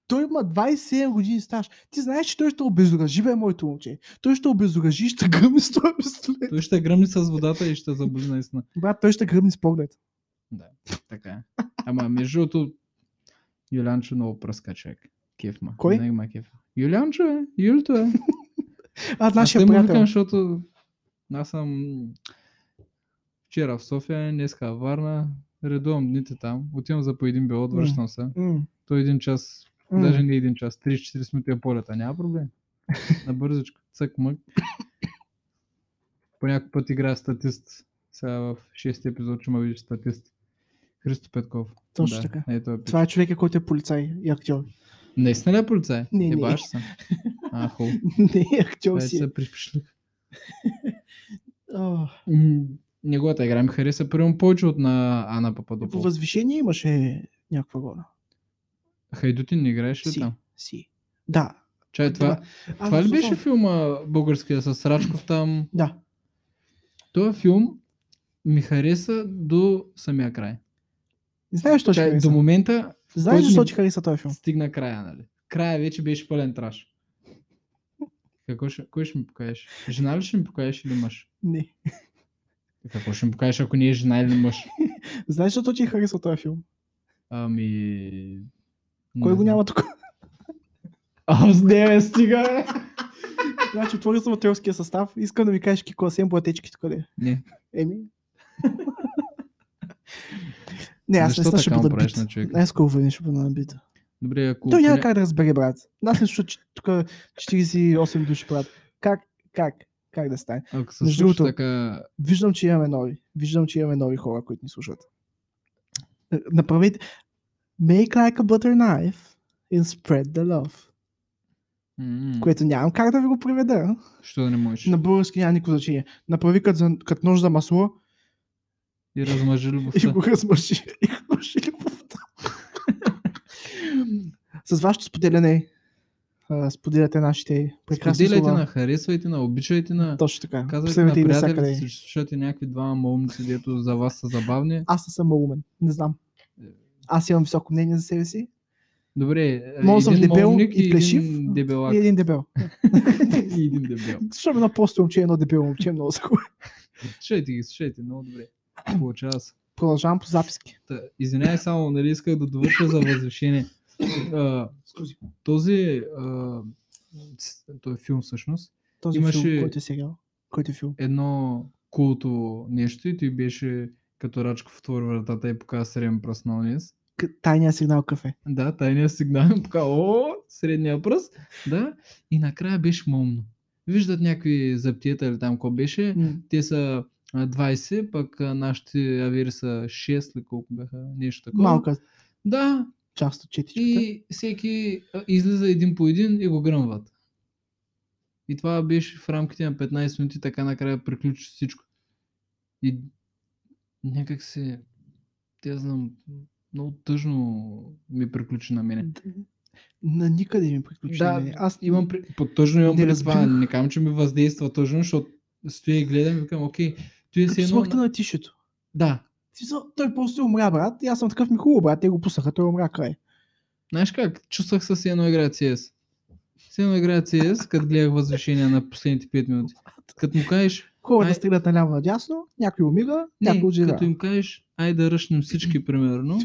[SPEAKER 2] Той има 27 години стаж. Ти знаеш, че той ще обезоръжи, бе, моето момче. Той ще обезоръжи и ще гръмни с този пистолет.
[SPEAKER 1] Той ще гръмни с водата и ще заболи наистина.
[SPEAKER 2] Брат, той ще гръмни с поглед.
[SPEAKER 1] Да, така е. Ама между другото, Юлянчо много пръска човек. Кеф ма.
[SPEAKER 2] Кой?
[SPEAKER 1] Винаги ма е кеф. Юлянчо е. Юлто е.
[SPEAKER 2] А,
[SPEAKER 1] аз
[SPEAKER 2] нашия
[SPEAKER 1] те му викам,
[SPEAKER 2] приятел.
[SPEAKER 1] защото аз съм вчера в София, днеска в Варна, редувам дните там, отивам за по един билот,
[SPEAKER 2] М.
[SPEAKER 1] връщам се.
[SPEAKER 2] М,
[SPEAKER 1] То един час,
[SPEAKER 2] м.
[SPEAKER 1] даже не един час, 30-40 минути е полета, няма проблем. Набързичко, цък мък. По някой път играя статист. Сега в 6 епизод, че ме видиш статист. Христо Петков.
[SPEAKER 2] Точно
[SPEAKER 1] да,
[SPEAKER 2] така.
[SPEAKER 1] Е, той е пич.
[SPEAKER 2] Това е човека, който е полицай и актьор.
[SPEAKER 1] Наистина ли е полицай?
[SPEAKER 2] Не, не.
[SPEAKER 1] Ебаш се. А, хубаво.
[SPEAKER 2] Не, актьор
[SPEAKER 1] Това е
[SPEAKER 2] си. е.
[SPEAKER 1] се припишлих.
[SPEAKER 2] А,
[SPEAKER 1] М, Неговата игра ми хареса примерно повече от на Ана
[SPEAKER 2] и По
[SPEAKER 1] Пападопол.
[SPEAKER 2] възвишение имаше някаква гола.
[SPEAKER 1] Хайдутин не играеш ли
[SPEAKER 2] Си. Е,
[SPEAKER 1] там?
[SPEAKER 2] Си. Да.
[SPEAKER 1] Чай, това,
[SPEAKER 2] А,
[SPEAKER 1] това ли
[SPEAKER 2] в-
[SPEAKER 1] беше филма българския с Рачков там?
[SPEAKER 2] Да.
[SPEAKER 1] Този филм ми хареса до самия край.
[SPEAKER 2] Знаеш, що ти
[SPEAKER 1] Чай, до
[SPEAKER 2] хареса.
[SPEAKER 1] момента
[SPEAKER 2] Знаеш,
[SPEAKER 1] който
[SPEAKER 2] защо
[SPEAKER 1] ми-
[SPEAKER 2] ти хареса този филм?
[SPEAKER 1] стигна края, нали? Края вече беше пълен траш. Какво ще, кой ще ми покажеш? Жена ли ще ми покажеш или мъж?
[SPEAKER 2] Не.
[SPEAKER 1] Какво ще ми покажеш, ако не е жена или мъж?
[SPEAKER 2] Знаеш, защо ти хареса този филм?
[SPEAKER 1] Ами...
[SPEAKER 2] Кой
[SPEAKER 1] не
[SPEAKER 2] го
[SPEAKER 1] знам.
[SPEAKER 2] няма тук?
[SPEAKER 1] Аз не е, стига! бе!
[SPEAKER 2] Значи, отвори съм актьорския състав. Искам да ми кажеш е, Кико Асен Блатечки тук ли?
[SPEAKER 1] Не.
[SPEAKER 2] Еми. не, аз
[SPEAKER 1] Защо
[SPEAKER 2] не ще
[SPEAKER 1] така му
[SPEAKER 2] бъда
[SPEAKER 1] правиш
[SPEAKER 2] бит.
[SPEAKER 1] на човека?
[SPEAKER 2] Най-скоро време ще бъда набит.
[SPEAKER 1] Добре, ако...
[SPEAKER 2] Той няма
[SPEAKER 1] поне-
[SPEAKER 2] как да разбере, брат. Аз не слушам, че тук 48 души правят. Как, как, как да стане?
[SPEAKER 1] Ако се случи
[SPEAKER 2] Между другото-
[SPEAKER 1] така...
[SPEAKER 2] Виждам, че имаме нови. Виждам, че имаме нови хора, които ни слушат. Е, Направете. Make like a butter knife and spread the love.
[SPEAKER 1] м,
[SPEAKER 2] Което нямам как да ви го преведа.
[SPEAKER 1] Що да не можеш?
[SPEAKER 2] На български няма никакво значение. Направи като, за- като нож за масло
[SPEAKER 1] И размажи любовта.
[SPEAKER 2] и го размъжи. И го размъжи любовта. С вашето споделяне а, споделяте нашите прекрасни
[SPEAKER 1] Споделяйте
[SPEAKER 2] слова.
[SPEAKER 1] на, харесвайте на, обичайте на...
[SPEAKER 2] Точно така.
[SPEAKER 1] Казвайте на
[SPEAKER 2] Последвайте ни
[SPEAKER 1] приятелите
[SPEAKER 2] навсякъде.
[SPEAKER 1] си, че слушате някакви двама момници, дето за вас са забавни.
[SPEAKER 2] Аз не съм малумен. Не знам.
[SPEAKER 1] Е.
[SPEAKER 2] Аз имам високо мнение за себе си.
[SPEAKER 1] Добре,
[SPEAKER 2] Мога да съм
[SPEAKER 1] един
[SPEAKER 2] дебел
[SPEAKER 1] момник
[SPEAKER 2] и плешив,
[SPEAKER 1] един дебелак.
[SPEAKER 2] И един дебел.
[SPEAKER 1] и един дебел.
[SPEAKER 2] Защото едно просто момче, едно дебело момче, е много са хубаво.
[SPEAKER 1] Слушайте ги, слушайте, много добре. Получава се.
[SPEAKER 2] Продължавам по записки.
[SPEAKER 1] Та, Извинявай само, нали исках да довърша за възвишение. А, този, а, с- той филм всъщност,
[SPEAKER 2] Този
[SPEAKER 1] Имаше-
[SPEAKER 2] филм, който е сериал. Който е филм.
[SPEAKER 1] едно култово нещо и той беше като Рачков отвори вратата и показа среден пръст на Онис.
[SPEAKER 2] К- Тайния сигнал кафе.
[SPEAKER 1] Да, тайния сигнал показа о, средния пръст. Да, и накрая беше момно. Виждат някакви заптиета или там какво беше.
[SPEAKER 2] М,
[SPEAKER 1] Те са а, 20, пък а, нашите авери са 6 или колко бяха, нещо такова.
[SPEAKER 2] Малка
[SPEAKER 1] Да,
[SPEAKER 2] част от четичката.
[SPEAKER 1] и всеки а, излиза един по един и го гръмват. И това беше в рамките на 15 минути, така накрая приключи всичко. И някак се, те знам, много тъжно ми приключи на мене.
[SPEAKER 2] Д- На никъде ми приключи.
[SPEAKER 1] Да,
[SPEAKER 2] на мен. аз
[SPEAKER 1] Имам при... По тъжно имам
[SPEAKER 2] Не
[SPEAKER 1] при това,
[SPEAKER 2] разбирам.
[SPEAKER 1] не казвам, че ми въздейства тъжно, защото стоя и гледам и викам, окей, той
[SPEAKER 2] като
[SPEAKER 1] си едно...
[SPEAKER 2] смъртта на тишето.
[SPEAKER 1] Да,
[SPEAKER 2] В смисъл, Той просто е умря, брат. И аз съм такъв ми хубаво, брат. Те го пуснаха, той умря край.
[SPEAKER 1] Знаеш как? Чувствах се си едно игра CS. Си едно игра CS, като гледах възвишение на последните 5 минути. Като му кажеш,
[SPEAKER 2] Хората
[SPEAKER 1] Ай.
[SPEAKER 2] стрелят наляво надясно, някой умира,
[SPEAKER 1] не,
[SPEAKER 2] някой отживя.
[SPEAKER 1] като им кажеш, ай да ръшнем всички, примерно.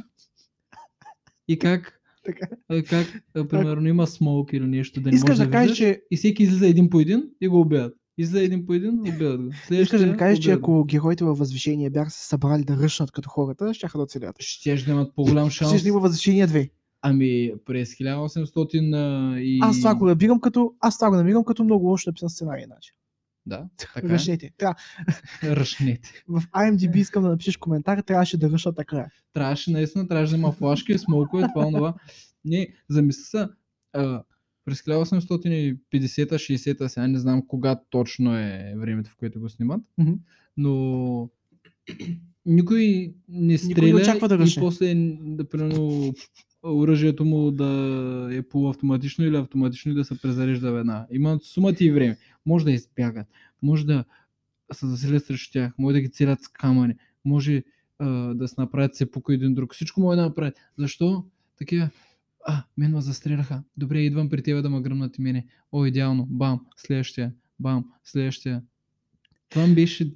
[SPEAKER 1] И как,
[SPEAKER 2] Така.
[SPEAKER 1] а, как а, примерно, има смолк или нещо, да не
[SPEAKER 2] Искаш
[SPEAKER 1] можеш да,
[SPEAKER 2] да кажеш,
[SPEAKER 1] виждаш,
[SPEAKER 2] че
[SPEAKER 1] И всеки излиза един по един и го убият. Излиза един по един, убият го.
[SPEAKER 2] Искаш да ми
[SPEAKER 1] Следващия
[SPEAKER 2] кажеш, че
[SPEAKER 1] убият го.
[SPEAKER 2] ако героите във възвишение бяха се събрали да ръшнат като хората, щяха да оцелят.
[SPEAKER 1] Щеш да имат по-голям шанс.
[SPEAKER 2] Ще да има възвишение 2.
[SPEAKER 1] Ами, през 1800 а, и...
[SPEAKER 2] Аз това го набирам като, аз това го намирам като много лошо написан сценарий. Иначе.
[SPEAKER 1] Да, така. е.
[SPEAKER 2] Ръшнете. Трябва,
[SPEAKER 1] Ръшнете.
[SPEAKER 2] в IMDb искам да напишеш коментар, трябваше да ръшна така.
[SPEAKER 1] трябваше наистина, трябваше да има флашки, смолкове, това, това. Не, замисли се, а, през 1850-60-та, сега не знам кога точно е времето, в което го снимат,
[SPEAKER 2] Мгм.
[SPEAKER 1] но никой не стреля
[SPEAKER 2] очаква да
[SPEAKER 1] и
[SPEAKER 2] ръшне.
[SPEAKER 1] после, да, примерно, оръжието му да е полуавтоматично или автоматично и да се презарежда веднага. Имат сумата и време. Може да избягат, може да се заселят срещу тях, може да ги целят с камъни, може а, да се направят се пука един друг. Всичко може да направят. Защо? Такива. А, мен ме застреляха. Добре, идвам при тебе да ме гръмнат и мене. О, идеално. Бам, следващия. Бам, следващия. Това ми беше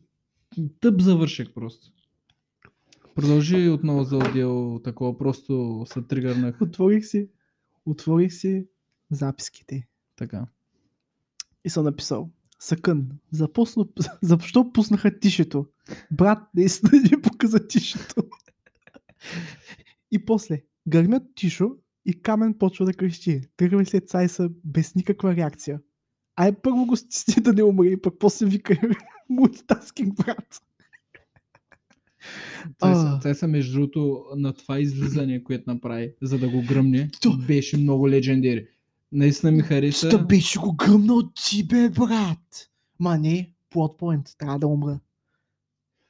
[SPEAKER 1] тъп завършек просто. Продължи отново за отдел такова, просто се тригърнах.
[SPEAKER 2] Отворих си Отворих си записките
[SPEAKER 1] Така.
[SPEAKER 2] и съм написал. Съкън, запусна, защо пуснаха тишето? Брат, наистина ни показа тишето. и после, гърмят тишо и камен почва да крещи. Тръгва след Сайса без никаква реакция. Ай, първо го стисни да не умре, и пък после вика мултитаскинг, брат.
[SPEAKER 1] Той, са,
[SPEAKER 2] А.
[SPEAKER 1] той са, между другото, на това излизане, което направи, за да го гръмне,
[SPEAKER 2] То-
[SPEAKER 1] беше много легендари. Наистина ми хареса.
[SPEAKER 2] Та беше го гръмнал ти, бе, брат. Ма не, plot point, трябва да умра.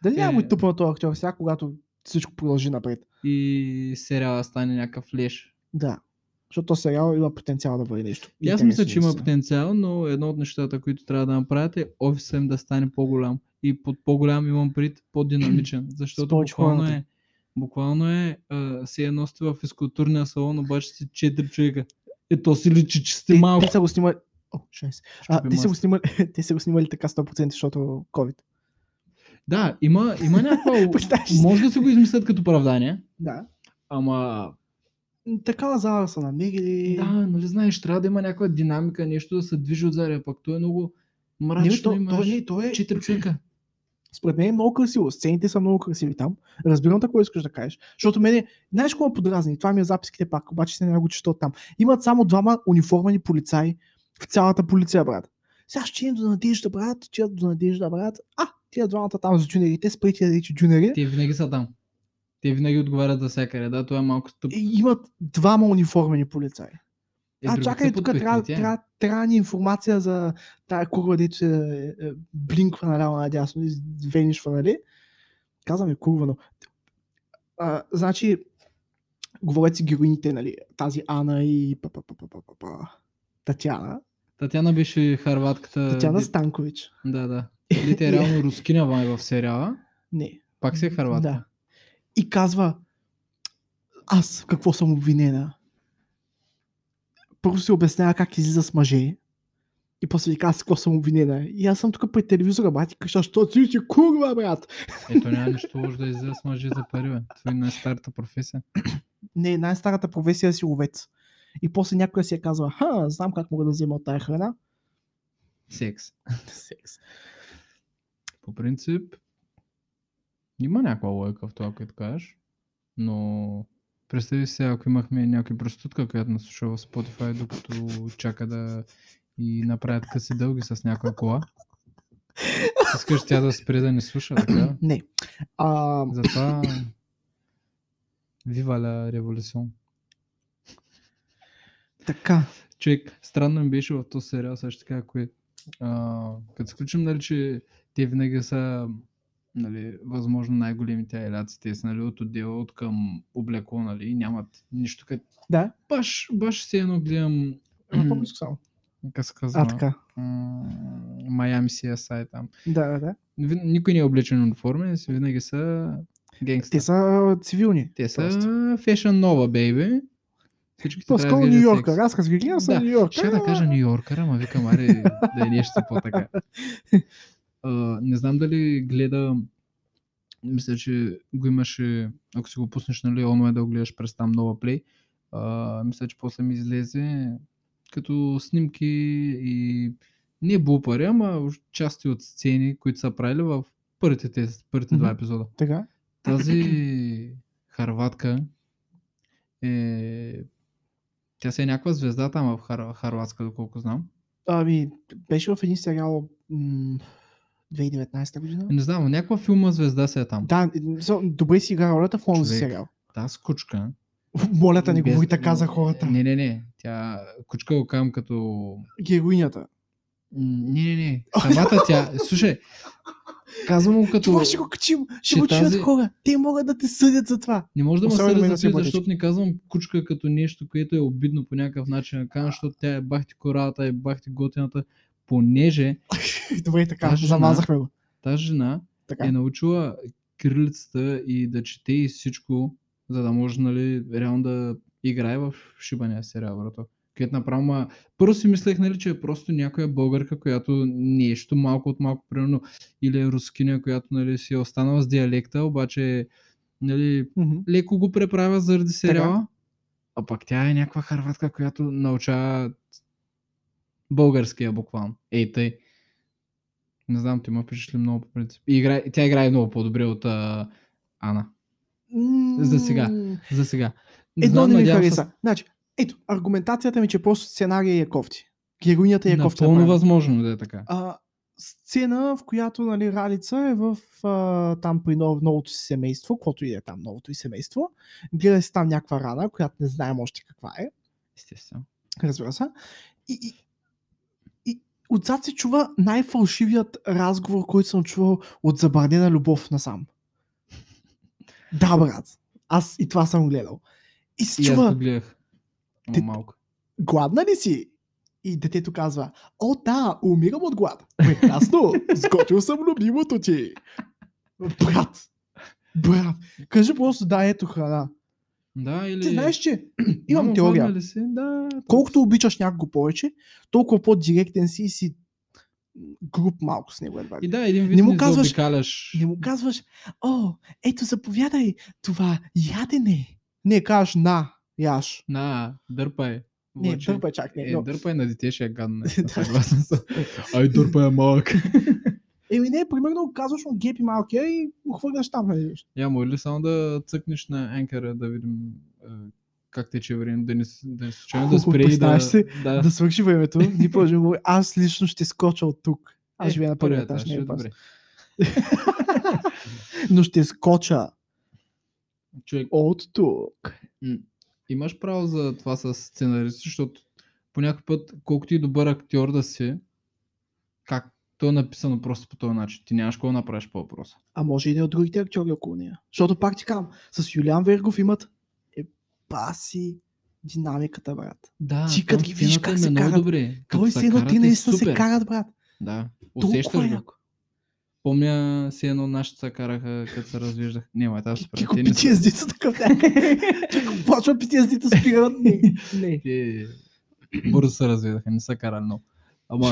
[SPEAKER 2] Дали няма му
[SPEAKER 1] Е.
[SPEAKER 2] е тъпо на този актьор сега, когато всичко продължи напред?
[SPEAKER 1] И сериала стане някакъв леш.
[SPEAKER 2] Да. Защото този сериал има потенциал да бъде нещо.
[SPEAKER 1] И аз мисля,
[SPEAKER 2] интересно
[SPEAKER 1] че има
[SPEAKER 2] наистина.
[SPEAKER 1] потенциал, но едно от нещата, които трябва да направят е офиса им да стане по-голям. И под по-голям имам пред по-динамичен. Защото
[SPEAKER 2] повече
[SPEAKER 1] буквално
[SPEAKER 2] хората.
[SPEAKER 1] е, буквално е а, си едно сте в физкултурния салон, обаче си 4 човека. Е, то си личи, че сте
[SPEAKER 2] Те-
[SPEAKER 1] малко.
[SPEAKER 2] Те са го снимали... О, шест. А,
[SPEAKER 1] Чупи
[SPEAKER 2] те, са го
[SPEAKER 1] маст.
[SPEAKER 2] снимали... те са го снимали така 100%, защото COVID.
[SPEAKER 1] Да, има, има някаква...
[SPEAKER 2] Представяш ли си?
[SPEAKER 1] Може да се го измислят като оправдание,
[SPEAKER 2] Да.
[SPEAKER 1] ама
[SPEAKER 2] М, Такава зала са намерили.
[SPEAKER 1] да, нали знаеш, трябва да има някаква динамика, нещо да се движи от заря, пък то е много
[SPEAKER 2] Не, бе,
[SPEAKER 1] мрачно,
[SPEAKER 2] то, то,
[SPEAKER 1] имаш
[SPEAKER 2] не, то е...
[SPEAKER 1] 4 човека.
[SPEAKER 2] Според мен е много красиво. Сцените са много красиви там. Разбирам те, какво искаш да кажеш. Защото мене, знаеш какво ме подразни? Това ми е записките пак, обаче се не го чета там. Имат само двама униформени полицаи в цялата полиция, брат. Сега ще идем до надежда, брат, ще идем до надежда, брат. А, тия двамата там за джунерите, спри тия речи джунери.
[SPEAKER 1] Те винаги са там. Те винаги отговарят за всякъде. Да, това е малко стъп.
[SPEAKER 2] И имат двама униформени полицаи.
[SPEAKER 1] Е,
[SPEAKER 2] а,
[SPEAKER 1] другите
[SPEAKER 2] чакай,
[SPEAKER 1] са
[SPEAKER 2] тук
[SPEAKER 1] подпихнати,
[SPEAKER 2] трябва,
[SPEAKER 1] е.
[SPEAKER 2] трябва, трябва ни информация за тая курва, дето е, е, блинква наляво надясно и венишва, нали? Казваме курва, но... А, значи, говорят си героините, нали? Тази Ана и па, па, па, па, па, па, па. Татяна.
[SPEAKER 1] Татяна беше харватката.
[SPEAKER 2] Татяна
[SPEAKER 1] Е, де-
[SPEAKER 2] Станкович.
[SPEAKER 1] Да, да. Или тя е реално рускиня май в сериала.
[SPEAKER 2] Не.
[SPEAKER 1] Пак си е харватка.
[SPEAKER 2] Да. И казва, аз в какво съм обвинена? Първо си обяснява как излиза с мъже. И после ви казва с какво съм обвинена. И аз съм тук пред телевизора, брат, и крича, що ти си курва, брат?
[SPEAKER 1] Ето няма нищо лошо да излезе с мъже за пари, бе. Това е най-старата професия.
[SPEAKER 2] Не, най-старата професия си овец. И после някой си я казва, ха, знам как мога да взема от тая храна.
[SPEAKER 1] Секс.
[SPEAKER 2] Секс.
[SPEAKER 1] По принцип, има някаква логика в това, което кажеш, но представи си, сега, ако имахме някой проститутка, която нас слуша в Spotify, докато чака да и направят къси дълги с някоя кола. Искаш тя да спре да не слуша, така?
[SPEAKER 2] Не. А,
[SPEAKER 1] Затова... Вива ла революцион.
[SPEAKER 2] така.
[SPEAKER 1] Човек, странно ми беше в този сериал също така, кое, а, като сключим, нали, че те винаги са нали, възможно най-големите айляци, те са нали, от отдела от към облекло, нали, и нямат нищо като...
[SPEAKER 2] Да,
[SPEAKER 1] Баш, баш се едно гледам,
[SPEAKER 2] ама по-близко само.
[SPEAKER 1] как се казва,
[SPEAKER 2] А, така.
[SPEAKER 1] Майами CSI там.
[SPEAKER 2] Да, да, да.
[SPEAKER 1] Вин- Никой не е облечен униформен, си винаги са
[SPEAKER 2] Те
[SPEAKER 1] генгстър.
[SPEAKER 2] са цивилни.
[SPEAKER 1] Те са
[SPEAKER 2] просто.
[SPEAKER 1] фешън нова, бейби. Всички
[SPEAKER 2] По-скоро Нью Йорка. Аз като ги гледам
[SPEAKER 1] Да,
[SPEAKER 2] съм Нью Йорк.
[SPEAKER 1] Ще да кажа Нью Йоркър, ама викам, аре, да е нещо по-така. А, не знам дали гледа, мисля, че го имаше, ако си го пуснеш, нали, онлайн да го гледаш през там нова плей, а, мисля, че после ми излезе като снимки и не блупари, ама части от сцени, които са правили в първите, тези- първите два
[SPEAKER 2] Мгм.
[SPEAKER 1] епизода.
[SPEAKER 2] Така.
[SPEAKER 1] Тази харватка е... Тя се е някаква звезда там в Хар... Харватска, доколко знам.
[SPEAKER 2] Ами, беше в един сериал м- 2019 година.
[SPEAKER 1] Не знам, някаква филма звезда се е там.
[SPEAKER 2] Да, со- добре си игра ролята в онзи
[SPEAKER 1] Човек.
[SPEAKER 2] сериал.
[SPEAKER 1] Тази кучка.
[SPEAKER 2] Моля да не
[SPEAKER 1] без-
[SPEAKER 2] говори така за
[SPEAKER 1] но-
[SPEAKER 2] хората.
[SPEAKER 1] Не, не, не. Тя... Кучка го кам като...
[SPEAKER 2] Героинята.
[SPEAKER 1] М, Не, не, не. Самата тя... Слушай, казвам му като...
[SPEAKER 2] Това ще го качим, ще го
[SPEAKER 1] че
[SPEAKER 2] чуят
[SPEAKER 1] тази-
[SPEAKER 2] хора. Те могат да те съдят за това.
[SPEAKER 1] Не може да ме
[SPEAKER 2] Особено мен
[SPEAKER 1] съдя
[SPEAKER 2] да
[SPEAKER 1] за
[SPEAKER 2] си
[SPEAKER 1] това,
[SPEAKER 2] бъдеш.
[SPEAKER 1] защото не казвам кучка като нещо, което е обидно по някакъв начин. а Казвам, защото тя е бахти коралата, е бахти готината, понеже
[SPEAKER 2] Добре, така,
[SPEAKER 1] Тази жена-
[SPEAKER 2] замазахме го.
[SPEAKER 1] тази жена е
[SPEAKER 2] Така.
[SPEAKER 1] научила кирилицата и да чете и всичко, за да може, нали, реално да играе в шибания сериал, брато. Където направо, ма... първо си мислех, нали, че е просто някоя българка, която нещо малко от малко, примерно, или е рускиня, която, нали, си е останала с диалекта, обаче, нали,
[SPEAKER 2] Мгм.
[SPEAKER 1] леко го преправя заради сериала. А пък тя е някаква харватка, която научава българския буквално. Ей, тъй. Не знам, ти ме впечатли много по принцип. И игра... Тя играе много по-добре от а... Ана. За сега.
[SPEAKER 2] М,
[SPEAKER 1] За сега.
[SPEAKER 2] Едно не ми
[SPEAKER 1] надявам се-
[SPEAKER 2] хареса. Значи, ето, аргументацията ми, че просто сценария е кофти. Героинята е кофти.
[SPEAKER 1] Напълно
[SPEAKER 2] направена.
[SPEAKER 1] възможно да е така.
[SPEAKER 2] а, сцена, в която нали, Ралица е в, а, там при нов, новото си семейство, каквото и да е там новото и семейство. Гледа си там някаква рана, която не знаем още каква е,
[SPEAKER 1] Естествено.
[SPEAKER 2] разбира се. И, и, и отзад се чува най-фалшивият разговор, който съм чувал от забранена любов насам. Да, брат. Аз и това съм гледал. И се
[SPEAKER 1] И аз
[SPEAKER 2] чува,
[SPEAKER 1] го гледах. Ама
[SPEAKER 2] Ти-
[SPEAKER 1] Малко.
[SPEAKER 2] гладна ли си? И детето казва, о да, умирам от глад. Прекрасно, сготвил съм любимото ти. Брат, брат, кажи просто да, ето храна.
[SPEAKER 1] Да, или...
[SPEAKER 2] Ти знаеш, че имам
[SPEAKER 1] Мама,
[SPEAKER 2] теория.
[SPEAKER 1] гладна Е, Ли си? Да,
[SPEAKER 2] Колкото обичаш някого повече, толкова по-директен си и си груб малко с него едва ли.
[SPEAKER 1] И да, един вид
[SPEAKER 2] Не му
[SPEAKER 1] не
[SPEAKER 2] казваш-
[SPEAKER 1] заобикаляш.
[SPEAKER 2] Не му казваш, о, ето заповядай, това ядене. Не, кажеш на, яш.
[SPEAKER 1] На, дърпай.
[SPEAKER 2] Не,
[SPEAKER 1] влачи.
[SPEAKER 2] дърпай чак, не,
[SPEAKER 1] Е,
[SPEAKER 2] но-
[SPEAKER 1] дърпай на дете ще е гадно. е,
[SPEAKER 2] Да.
[SPEAKER 1] Съгласен съм. Ай, дърпай е малък.
[SPEAKER 2] Еми не, примерно казваш му гепи малкия е, и му хвърляш там. нали.
[SPEAKER 1] Я му или само да цъкнеш на анкера да видим е, как тече време, да не, с- да не случайно да
[SPEAKER 2] Хубаво,
[SPEAKER 1] спре и да...
[SPEAKER 2] представяш си
[SPEAKER 1] да,
[SPEAKER 2] да свърши времето, ни повече му говори, аз лично ще скоча от тук. Аз
[SPEAKER 1] Е,
[SPEAKER 2] живея на първия етаж,
[SPEAKER 1] ще
[SPEAKER 2] не
[SPEAKER 1] е
[SPEAKER 2] е пас.
[SPEAKER 1] добре.
[SPEAKER 2] Но ще скоча
[SPEAKER 1] Човек,
[SPEAKER 2] от тук.
[SPEAKER 1] имаш право за това с сценарист, защото по някой път, колкото и добър актьор да си, как то е написано просто по този начин. Ти нямаш какво да направиш по въпроса.
[SPEAKER 2] А може и не от другите актьори около нея. Защото пак ти казвам, с Юлиан Вергов имат е паси динамиката, брат.
[SPEAKER 1] Да, там
[SPEAKER 2] Ти като ги видиш
[SPEAKER 1] сцената
[SPEAKER 2] как
[SPEAKER 1] им
[SPEAKER 2] се
[SPEAKER 1] е много
[SPEAKER 2] карат,
[SPEAKER 1] добре. Като
[SPEAKER 2] Той
[SPEAKER 1] се
[SPEAKER 2] се едно
[SPEAKER 1] карат
[SPEAKER 2] ти
[SPEAKER 1] е
[SPEAKER 2] наистина се
[SPEAKER 1] супер.
[SPEAKER 2] карат, брат.
[SPEAKER 1] Да,
[SPEAKER 2] Толкова е
[SPEAKER 1] усещаш го.
[SPEAKER 2] яко.
[SPEAKER 1] Помня си едно нашите се караха, като се развиждах. Не, май, аз
[SPEAKER 2] Ти
[SPEAKER 1] спрям.
[SPEAKER 2] го пити ездица такъв някак. Ти го почва пити ездица спират. Не, не.
[SPEAKER 1] Те бързо се разведаха, не са карали много. Ама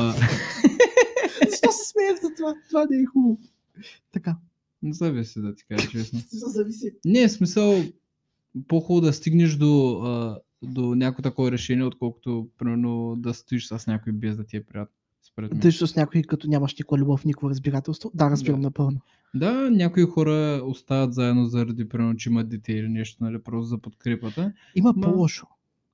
[SPEAKER 2] Защо се смееш за това? Това не е хубаво. Така,
[SPEAKER 1] не зависи да ти кажа честно.
[SPEAKER 2] зависи.
[SPEAKER 1] Не, в смисъл по-хубаво да стигнеш до, а, до някакво такова решение, отколкото примерно да стоиш с някой без да ти е приятно. Според мен.
[SPEAKER 2] Тъй, защото с някой като нямаш никаква любов, никакво разбирателство. Да, разбирам
[SPEAKER 1] Да.
[SPEAKER 2] напълно.
[SPEAKER 1] Да, някои хора остават заедно заради, примерно, че имат дете или нещо, нали, просто за подкрепата.
[SPEAKER 2] Има
[SPEAKER 1] Ма-
[SPEAKER 2] по-лошо.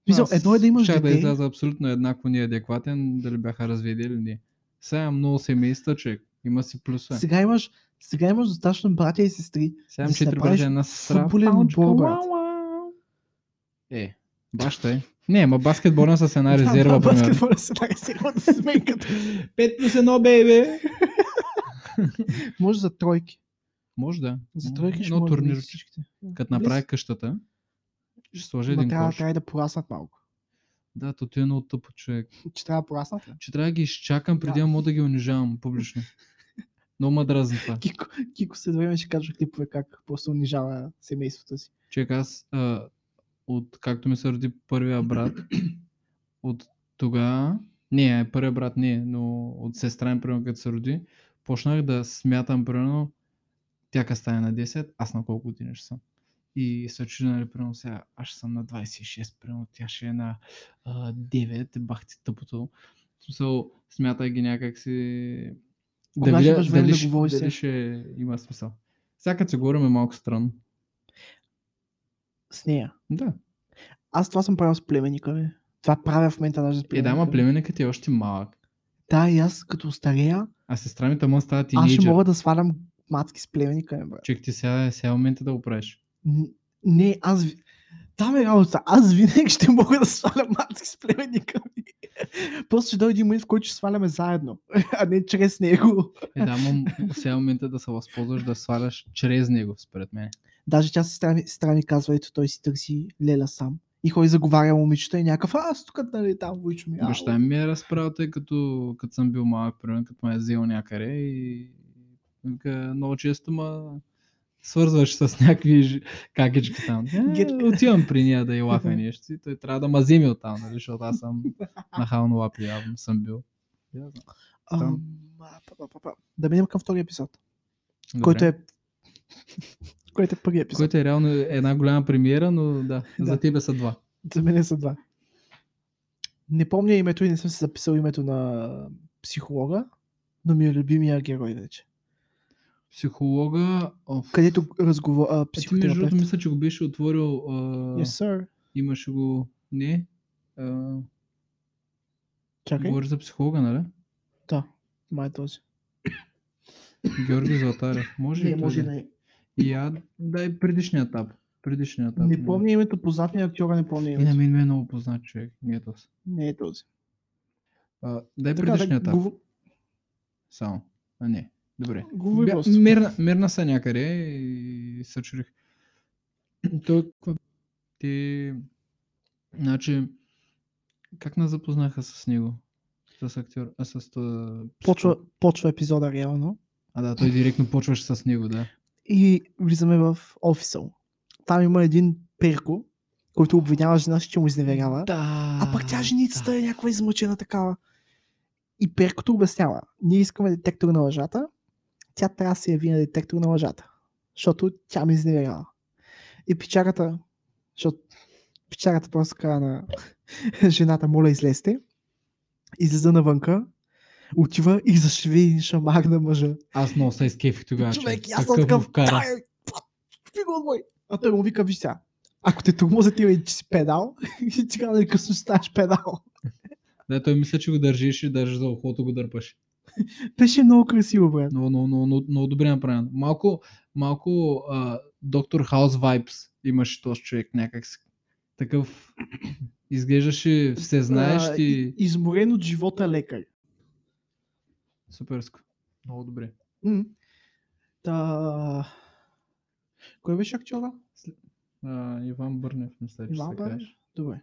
[SPEAKER 2] Мисъл,
[SPEAKER 1] Аз
[SPEAKER 2] едно е да имаш
[SPEAKER 1] щях
[SPEAKER 2] дете.
[SPEAKER 1] да изляза абсолютно еднакво неадекватен, дали бяха разведели или не. Сега имам много семейства, човек. Има си плюсове.
[SPEAKER 2] сега, имаш, сега имаш достатъчно братя и сестри.
[SPEAKER 1] Сега имам
[SPEAKER 2] да си
[SPEAKER 1] четири
[SPEAKER 2] направиш
[SPEAKER 1] братя, една сестра.
[SPEAKER 2] футболен
[SPEAKER 1] Паунчка,
[SPEAKER 2] отбор,
[SPEAKER 1] уау,
[SPEAKER 2] брат.
[SPEAKER 1] уау. Е, баща е. Не, ма баскетболен с една резерва, примерно.
[SPEAKER 2] Баскетбола се дай сега да се сменкат.
[SPEAKER 1] 5 плюс 1, бейбе!
[SPEAKER 2] Може за тройки.
[SPEAKER 1] Може да.
[SPEAKER 2] За
[SPEAKER 1] М,
[SPEAKER 2] тройки ще
[SPEAKER 1] Едно
[SPEAKER 2] може да
[SPEAKER 1] турнир.
[SPEAKER 2] мислиш.
[SPEAKER 1] Като направя къщата, ще сложа
[SPEAKER 2] Ма
[SPEAKER 1] един
[SPEAKER 2] трябва,
[SPEAKER 1] кош.
[SPEAKER 2] трябва да пораснат малко.
[SPEAKER 1] Да, то ти е много тъпо, човек.
[SPEAKER 2] Че трябва да пораснат. ли?
[SPEAKER 1] Че трябва да ги изчакам преди да мога да ги унижавам публично. Много ма дразни това.
[SPEAKER 2] Кико, Кико след време ще качва клипове как просто унижава семейството си.
[SPEAKER 1] Чек, аз а, от както ми се роди първия брат, от тогава, не, е, първия брат не, но от сестра ми, примерно, като се роди, почнах да смятам, примерно, тя ка стане на 10, аз на колко години ще съм. И се чудя, нали, примерно сега, аз ще съм на 26, примерно, тя ще е на а, 9, бах ти тъпото. В смисъл, смятай ги някакси...
[SPEAKER 2] Кога ще имаш време да
[SPEAKER 1] ще-
[SPEAKER 2] говориш
[SPEAKER 1] дали
[SPEAKER 2] сега?
[SPEAKER 1] ще има смисъл. Сега като се говорим е малко странно.
[SPEAKER 2] С нея.
[SPEAKER 1] Да.
[SPEAKER 2] Аз това съм правил с племеника ми. Това правя в момента даже с
[SPEAKER 1] Е,
[SPEAKER 2] племеника.
[SPEAKER 1] да, ама
[SPEAKER 2] ми.
[SPEAKER 1] племенникът ти е още малък.
[SPEAKER 2] Да, и аз като старея,
[SPEAKER 1] А сестра ми тъмън става
[SPEAKER 2] аз ще
[SPEAKER 1] тинейджър.
[SPEAKER 2] мога да свалям мацки с племеника ми, брат.
[SPEAKER 1] Чек, ти сега, сега е момента да го правиш.
[SPEAKER 2] Н- Не, аз... ви- Там е работа. Аз винаги ще мога да свалям мацки с племенника ми. Просто ще дойде един момент, в който ще сваляме заедно, а не чрез него.
[SPEAKER 1] Е, да, ама м- сега е момента да се възползваш да сваляш чрез него, според мен.
[SPEAKER 2] Даже тя сестра ми, сестра ми казва, ето той си търси леля сам. И ходи заговаря момичета и някакъв, аз тук, нали, там, войчо ми. ау».
[SPEAKER 1] Баща ми е разправил, тъй като, като съм бил малък, примерно, като ме е взел някъде и вика, много често ма свързваш с някакви ж- какички там. Е,
[SPEAKER 2] Гетка.
[SPEAKER 1] отивам при нея да и лафя нещо и той трябва да ма вземе от там, нали, защото аз съм нахално лапи, явно съм бил. Я знам.
[SPEAKER 2] Ам,
[SPEAKER 1] там.
[SPEAKER 2] а, па, па, па, па. Да минем към втория епизод,
[SPEAKER 1] Добре.
[SPEAKER 2] който е... който е първият епизод.
[SPEAKER 1] Което е реално една голяма премиера, но да,
[SPEAKER 2] Да.
[SPEAKER 1] за тебе са два.
[SPEAKER 2] За мен са два. Не помня името и не съм си записал името на психолога, но ми е любимия герой вече.
[SPEAKER 1] Психолога... Оф.
[SPEAKER 2] Където разговор...
[SPEAKER 1] Е, ти между
[SPEAKER 2] Психотерапевт.
[SPEAKER 1] другото мисля, че го беше отворил... А...
[SPEAKER 2] Yes, sir.
[SPEAKER 1] Имаше го... Не. А...
[SPEAKER 2] Чакай.
[SPEAKER 1] Говориш за психолога, нали?
[SPEAKER 2] Май е този.
[SPEAKER 1] Георги Златарев. Може
[SPEAKER 2] Не,
[SPEAKER 1] и
[SPEAKER 2] може
[SPEAKER 1] този.
[SPEAKER 2] не.
[SPEAKER 1] е? И а, дай предишния етап. Предишния етап.
[SPEAKER 2] Не помня името, познат ми е актьора, не помня
[SPEAKER 1] И на
[SPEAKER 2] името.
[SPEAKER 1] мен ме е много познат човек. Не е този.
[SPEAKER 2] Не е този.
[SPEAKER 1] А, дай
[SPEAKER 2] Така,
[SPEAKER 1] предишния етап.
[SPEAKER 2] гов-
[SPEAKER 1] Само. А, не. Добре.
[SPEAKER 2] Говори
[SPEAKER 1] Бя-
[SPEAKER 2] просто.
[SPEAKER 1] Мерна, мерна са някъде и се чурих. Той, какво- ти... Значи, как нас запознаха с него? С актьор, а с това...
[SPEAKER 2] Почва, почва епизода реално.
[SPEAKER 1] А да, той директно почваш с него, да.
[SPEAKER 2] и влизаме в офиса. му. Там има един перко, който обвинява жена си, че му изневерява.
[SPEAKER 1] Да.
[SPEAKER 2] А пък тя женицата е някаква измъчена такава. И перкото обяснява. Ние искаме детектор на лъжата. Тя трябва да се яви на детектор на лъжата. Защото тя ми изневерява. И пичарата, защото пичарата просто каза на жената, моля излезте. Излиза навънка, отива и зашиви един шамар на мъжа.
[SPEAKER 1] Аз много се изкефих тогава.
[SPEAKER 2] Човек,
[SPEAKER 1] че
[SPEAKER 2] аз съм
[SPEAKER 1] такъв
[SPEAKER 2] такъв.
[SPEAKER 1] му вкара.
[SPEAKER 2] «Дай, пф, Фига мой! А той му вика, виж сега, ако те турмозят и вече си педал, и сега нали късно ще ставаш педал.
[SPEAKER 1] Да, той мисля, че го държиш и даже за ухото го дърпаш.
[SPEAKER 2] Беше много красиво, брат.
[SPEAKER 1] Много, много, много, много, много добре направено. Малко, малко а, доктор Хаус вайбс имаше този човек някак си. Такъв изглеждаше все знаеш
[SPEAKER 2] А,
[SPEAKER 1] и
[SPEAKER 2] и- Изморен от живота лекар.
[SPEAKER 1] суперско. Много добре.
[SPEAKER 2] М. Та... Кой беше актьора?
[SPEAKER 1] А, Иван Бърнев, мисля, че
[SPEAKER 2] Иван
[SPEAKER 1] се
[SPEAKER 2] Бърнев?
[SPEAKER 1] кажеш.
[SPEAKER 2] Добре.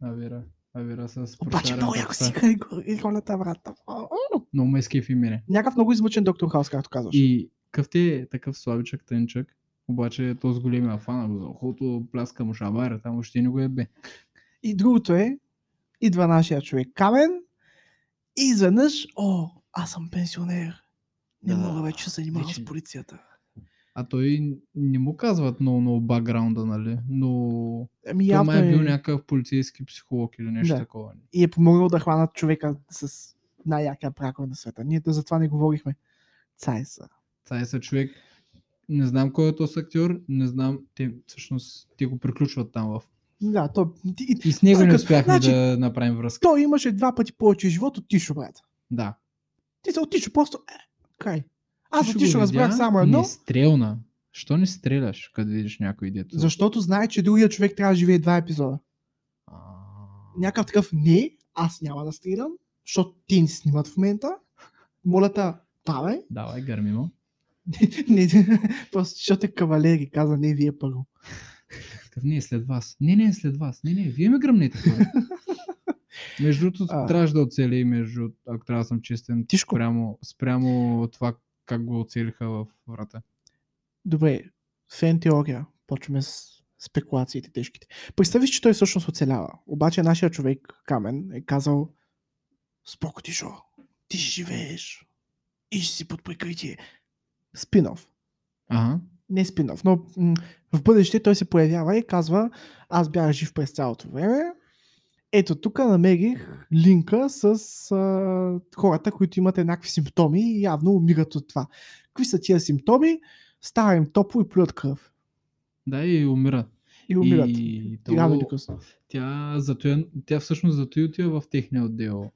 [SPEAKER 1] Авера. Авера с
[SPEAKER 2] Обаче
[SPEAKER 1] прокаран
[SPEAKER 2] много яко
[SPEAKER 1] такса.
[SPEAKER 2] си играе го- ролята, брат. О, о.
[SPEAKER 1] Много ме е изкефи мене.
[SPEAKER 2] Някакъв много измъчен доктор Хаус, както казваш.
[SPEAKER 1] И къв ти е такъв слабичък, тънчък, обаче е този големия фана го за ухото, пляска му шабара, там още не го е бе.
[SPEAKER 2] И другото е, идва нашия човек Камен и изведнъж, о, аз съм пенсионер. Не
[SPEAKER 1] Да,
[SPEAKER 2] мога вече да се занимавам
[SPEAKER 1] вече-
[SPEAKER 2] с полицията.
[SPEAKER 1] А той не му казват много, много бакграунда, нали? Но
[SPEAKER 2] Ами
[SPEAKER 1] той
[SPEAKER 2] явно
[SPEAKER 1] май е
[SPEAKER 2] е,
[SPEAKER 1] бил някакъв полицейски психолог или нещо
[SPEAKER 2] Да.
[SPEAKER 1] такова.
[SPEAKER 2] и е помогнал да хванат човека с най-якия прякор на света. Ние за това не говорихме. Цайса.
[SPEAKER 1] Това е са човек, не знам кой е този актьор, не знам, те всъщност те го приключват там в.
[SPEAKER 2] Да, той, и-
[SPEAKER 1] И с него
[SPEAKER 2] Той
[SPEAKER 1] не
[SPEAKER 2] като-
[SPEAKER 1] успяхме
[SPEAKER 2] значи-
[SPEAKER 1] да направим връзка.
[SPEAKER 2] той имаше два пъти повече живот от Тишо, брат.
[SPEAKER 1] Да.
[SPEAKER 2] Ти се от Тишо просто... Е, край. Аз
[SPEAKER 1] Ти
[SPEAKER 2] от
[SPEAKER 1] ще го
[SPEAKER 2] Тишо разбрах
[SPEAKER 1] видя,
[SPEAKER 2] само едно,
[SPEAKER 1] Не стрелна. Що не стреляш, като видиш някой дето?
[SPEAKER 2] защото знае, че другия човек трябва да живее два епизода.
[SPEAKER 1] А.
[SPEAKER 2] някакъв такъв, не, аз няма да стрелям, защото те ни снимат в момента. Моля те, давай.
[SPEAKER 1] Давай, гърми му.
[SPEAKER 2] не, просто защото е кавалери, каза, не, вие първо.
[SPEAKER 1] Такъв, не, е след вас. Не, не, след вас. Не, не, вие ме гръмнете. хора. между другото,
[SPEAKER 2] А.
[SPEAKER 1] трябваше да оцели, между, ако трябва да съм честен,
[SPEAKER 2] Тишко.
[SPEAKER 1] спрямо, спрямо това как го оцелиха в врата.
[SPEAKER 2] Добре, фен теория. Почваме с спекулациите тежките. Представи си, че той всъщност оцелява. Обаче нашия човек, Камен, е казал Споко ти, Жо, ти ще живееш и ще си под прикритие. Спинов.
[SPEAKER 1] Ага.
[SPEAKER 2] не спинов, но м, в бъдеще той се появява и казва, аз бях жив през цялото време. Ето тук намерих линка с а, хората, които имат еднакви симптоми и явно умират от това. Какви са тия симптоми? Става им топло и плюят кръв.
[SPEAKER 1] Да, и умира.
[SPEAKER 2] И умират. И,
[SPEAKER 1] И,
[SPEAKER 2] и рано или
[SPEAKER 1] то,
[SPEAKER 2] късно.
[SPEAKER 1] тя, зато, е- тя всъщност зато и отива в техния отдел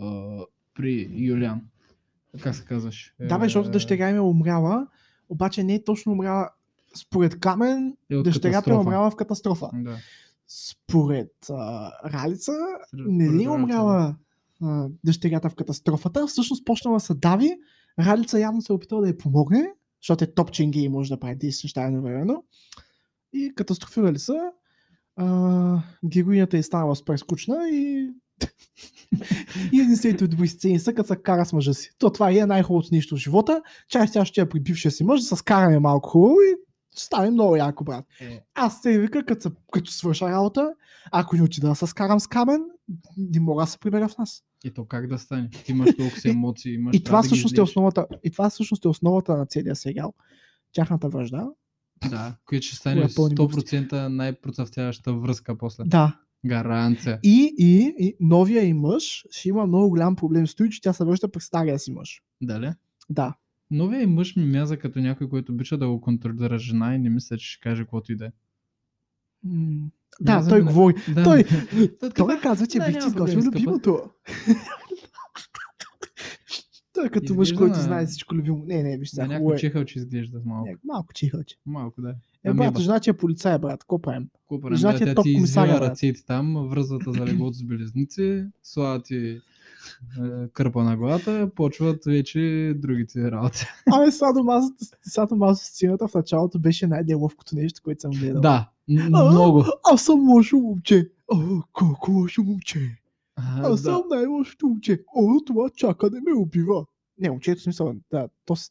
[SPEAKER 1] а, при Юлиан. Как се казваш?
[SPEAKER 2] Да, бе, защото дъщеря им е умряла, обаче не е точно умряла. Според Камен,
[SPEAKER 1] е от
[SPEAKER 2] дъщерята е
[SPEAKER 1] катастрофа.
[SPEAKER 2] умряла в катастрофа.
[SPEAKER 1] Да.
[SPEAKER 2] Според а, Ралица, не ли е умряла а, дъщерята в катастрофата, всъщност почнала да се дави. Ралица явно се е опитала да я помогне, защото е топ ченги и може да прави 10 неща едновременно. И катастрофирали са. А, героинята е станала супер скучна и и единствените добри сцени са, като се кара с мъжа си. То това е най-хубавото нещо в живота. Чай сега ще я при бившия си мъж, да се скараме малко хубаво и ще стане много яко, брат.
[SPEAKER 1] Е.
[SPEAKER 2] Аз се вика, като, се- като свърша работа, ако не отида да се скарам с камен, не мога да се прибера в нас.
[SPEAKER 1] И то как да стане? Ти имаш толкова си емоции, имаш
[SPEAKER 2] И това,
[SPEAKER 1] трябва да ги
[SPEAKER 2] всъщност е
[SPEAKER 1] излееш.
[SPEAKER 2] основата, и това всъщност е основата на целия сериал. Тяхната връжда.
[SPEAKER 1] Да, което ще
[SPEAKER 2] Кое
[SPEAKER 1] стане
[SPEAKER 2] е пълни глупости.
[SPEAKER 1] 100% най-процъфтяваща връзка после.
[SPEAKER 2] Да.
[SPEAKER 1] Гаранция.
[SPEAKER 2] И, и, и новия и мъж ще има много голям проблем с той, че тя се връща при стария си мъж.
[SPEAKER 1] Дале?
[SPEAKER 2] Да.
[SPEAKER 1] Новия и мъж ми мяза като някой, който обича да го контролира жена и не мисля, че ще каже каквото и да е.
[SPEAKER 2] М, Да,
[SPEAKER 1] Мяза
[SPEAKER 2] той
[SPEAKER 1] ми на-
[SPEAKER 2] говори.
[SPEAKER 1] Да.
[SPEAKER 2] Той-
[SPEAKER 1] Той
[SPEAKER 2] Той казва, че
[SPEAKER 1] Да,
[SPEAKER 2] бих ти
[SPEAKER 1] няма
[SPEAKER 2] изготвил
[SPEAKER 1] проблем, скъпа.
[SPEAKER 2] любимото. Той е като мъж,
[SPEAKER 1] Изглежда
[SPEAKER 2] който
[SPEAKER 1] на-
[SPEAKER 2] знае всичко любимо. Не, не, виж сега.
[SPEAKER 1] За
[SPEAKER 2] хубаво
[SPEAKER 1] някой
[SPEAKER 2] е.
[SPEAKER 1] чихал, че изглежда малко.
[SPEAKER 2] Някак- Малко чихълче.
[SPEAKER 1] Малко, да.
[SPEAKER 2] Е,
[SPEAKER 1] Ами,
[SPEAKER 2] брат,
[SPEAKER 1] ба.
[SPEAKER 2] жена ти е полицай, брат. Какво правим?
[SPEAKER 1] Какво правим?
[SPEAKER 2] Значи е
[SPEAKER 1] Да, тя
[SPEAKER 2] топ
[SPEAKER 1] ти
[SPEAKER 2] комисаря,
[SPEAKER 1] иззема
[SPEAKER 2] брат.
[SPEAKER 1] ръцете там, връзвата за леглото с белезници, слава ти е, кърпа на главата, почват вече другите работи.
[SPEAKER 2] Абе, садомазата, садомазата сцената в началото беше най-деловкото нещо, което съм гледал.
[SPEAKER 1] Да, м-
[SPEAKER 2] Е, А,
[SPEAKER 1] много.
[SPEAKER 2] Аз съм лошо момче. О, колко лошо момче.
[SPEAKER 1] А,
[SPEAKER 2] Аз
[SPEAKER 1] да.
[SPEAKER 2] съм най-лошото момче. О, това чакане ме убива. Не, момчето в смисъл, да, то с...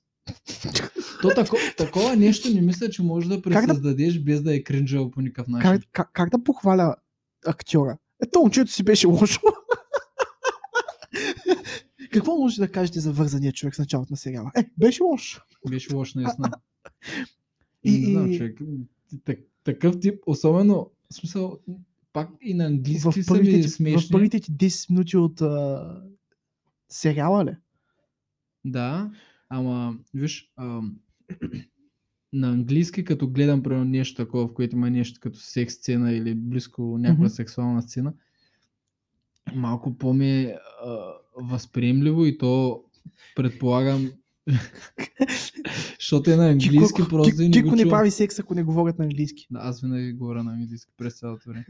[SPEAKER 1] То тако- такова нещо не мисля, че можеш да
[SPEAKER 2] да-
[SPEAKER 1] пресъздадеш без да е кринжал по никакъв начин.
[SPEAKER 2] как, как, как, да похваля актьора? Ето момчето си беше лошо. Какво може да кажете за вързания човек в началото на сериала? Е, беше лош.
[SPEAKER 1] Беше лош наистина.
[SPEAKER 2] И-
[SPEAKER 1] Не знам,
[SPEAKER 2] и-
[SPEAKER 1] човек. Так- Такъв тип, особено, в смисъл, пак и на
[SPEAKER 2] В
[SPEAKER 1] английски са ми
[SPEAKER 2] първите, ти, в
[SPEAKER 1] смешни.
[SPEAKER 2] първите ти 10 минути от а... сериала ли?
[SPEAKER 1] Да, ама виж, ам, на английски, като гледам примерно нещо такова, в което има нещо като секс сцена или близко някаква
[SPEAKER 2] Мгм.
[SPEAKER 1] сексуална сцена, малко по-ми е а, възприемливо и то предполагам, защото е на английски
[SPEAKER 2] Кико-
[SPEAKER 1] просто и
[SPEAKER 2] Ки-
[SPEAKER 1] не
[SPEAKER 2] Кико
[SPEAKER 1] го
[SPEAKER 2] не
[SPEAKER 1] чувам.
[SPEAKER 2] прави секс, ако не говорят на английски.
[SPEAKER 1] Да, аз винаги говоря на английски през цялото време.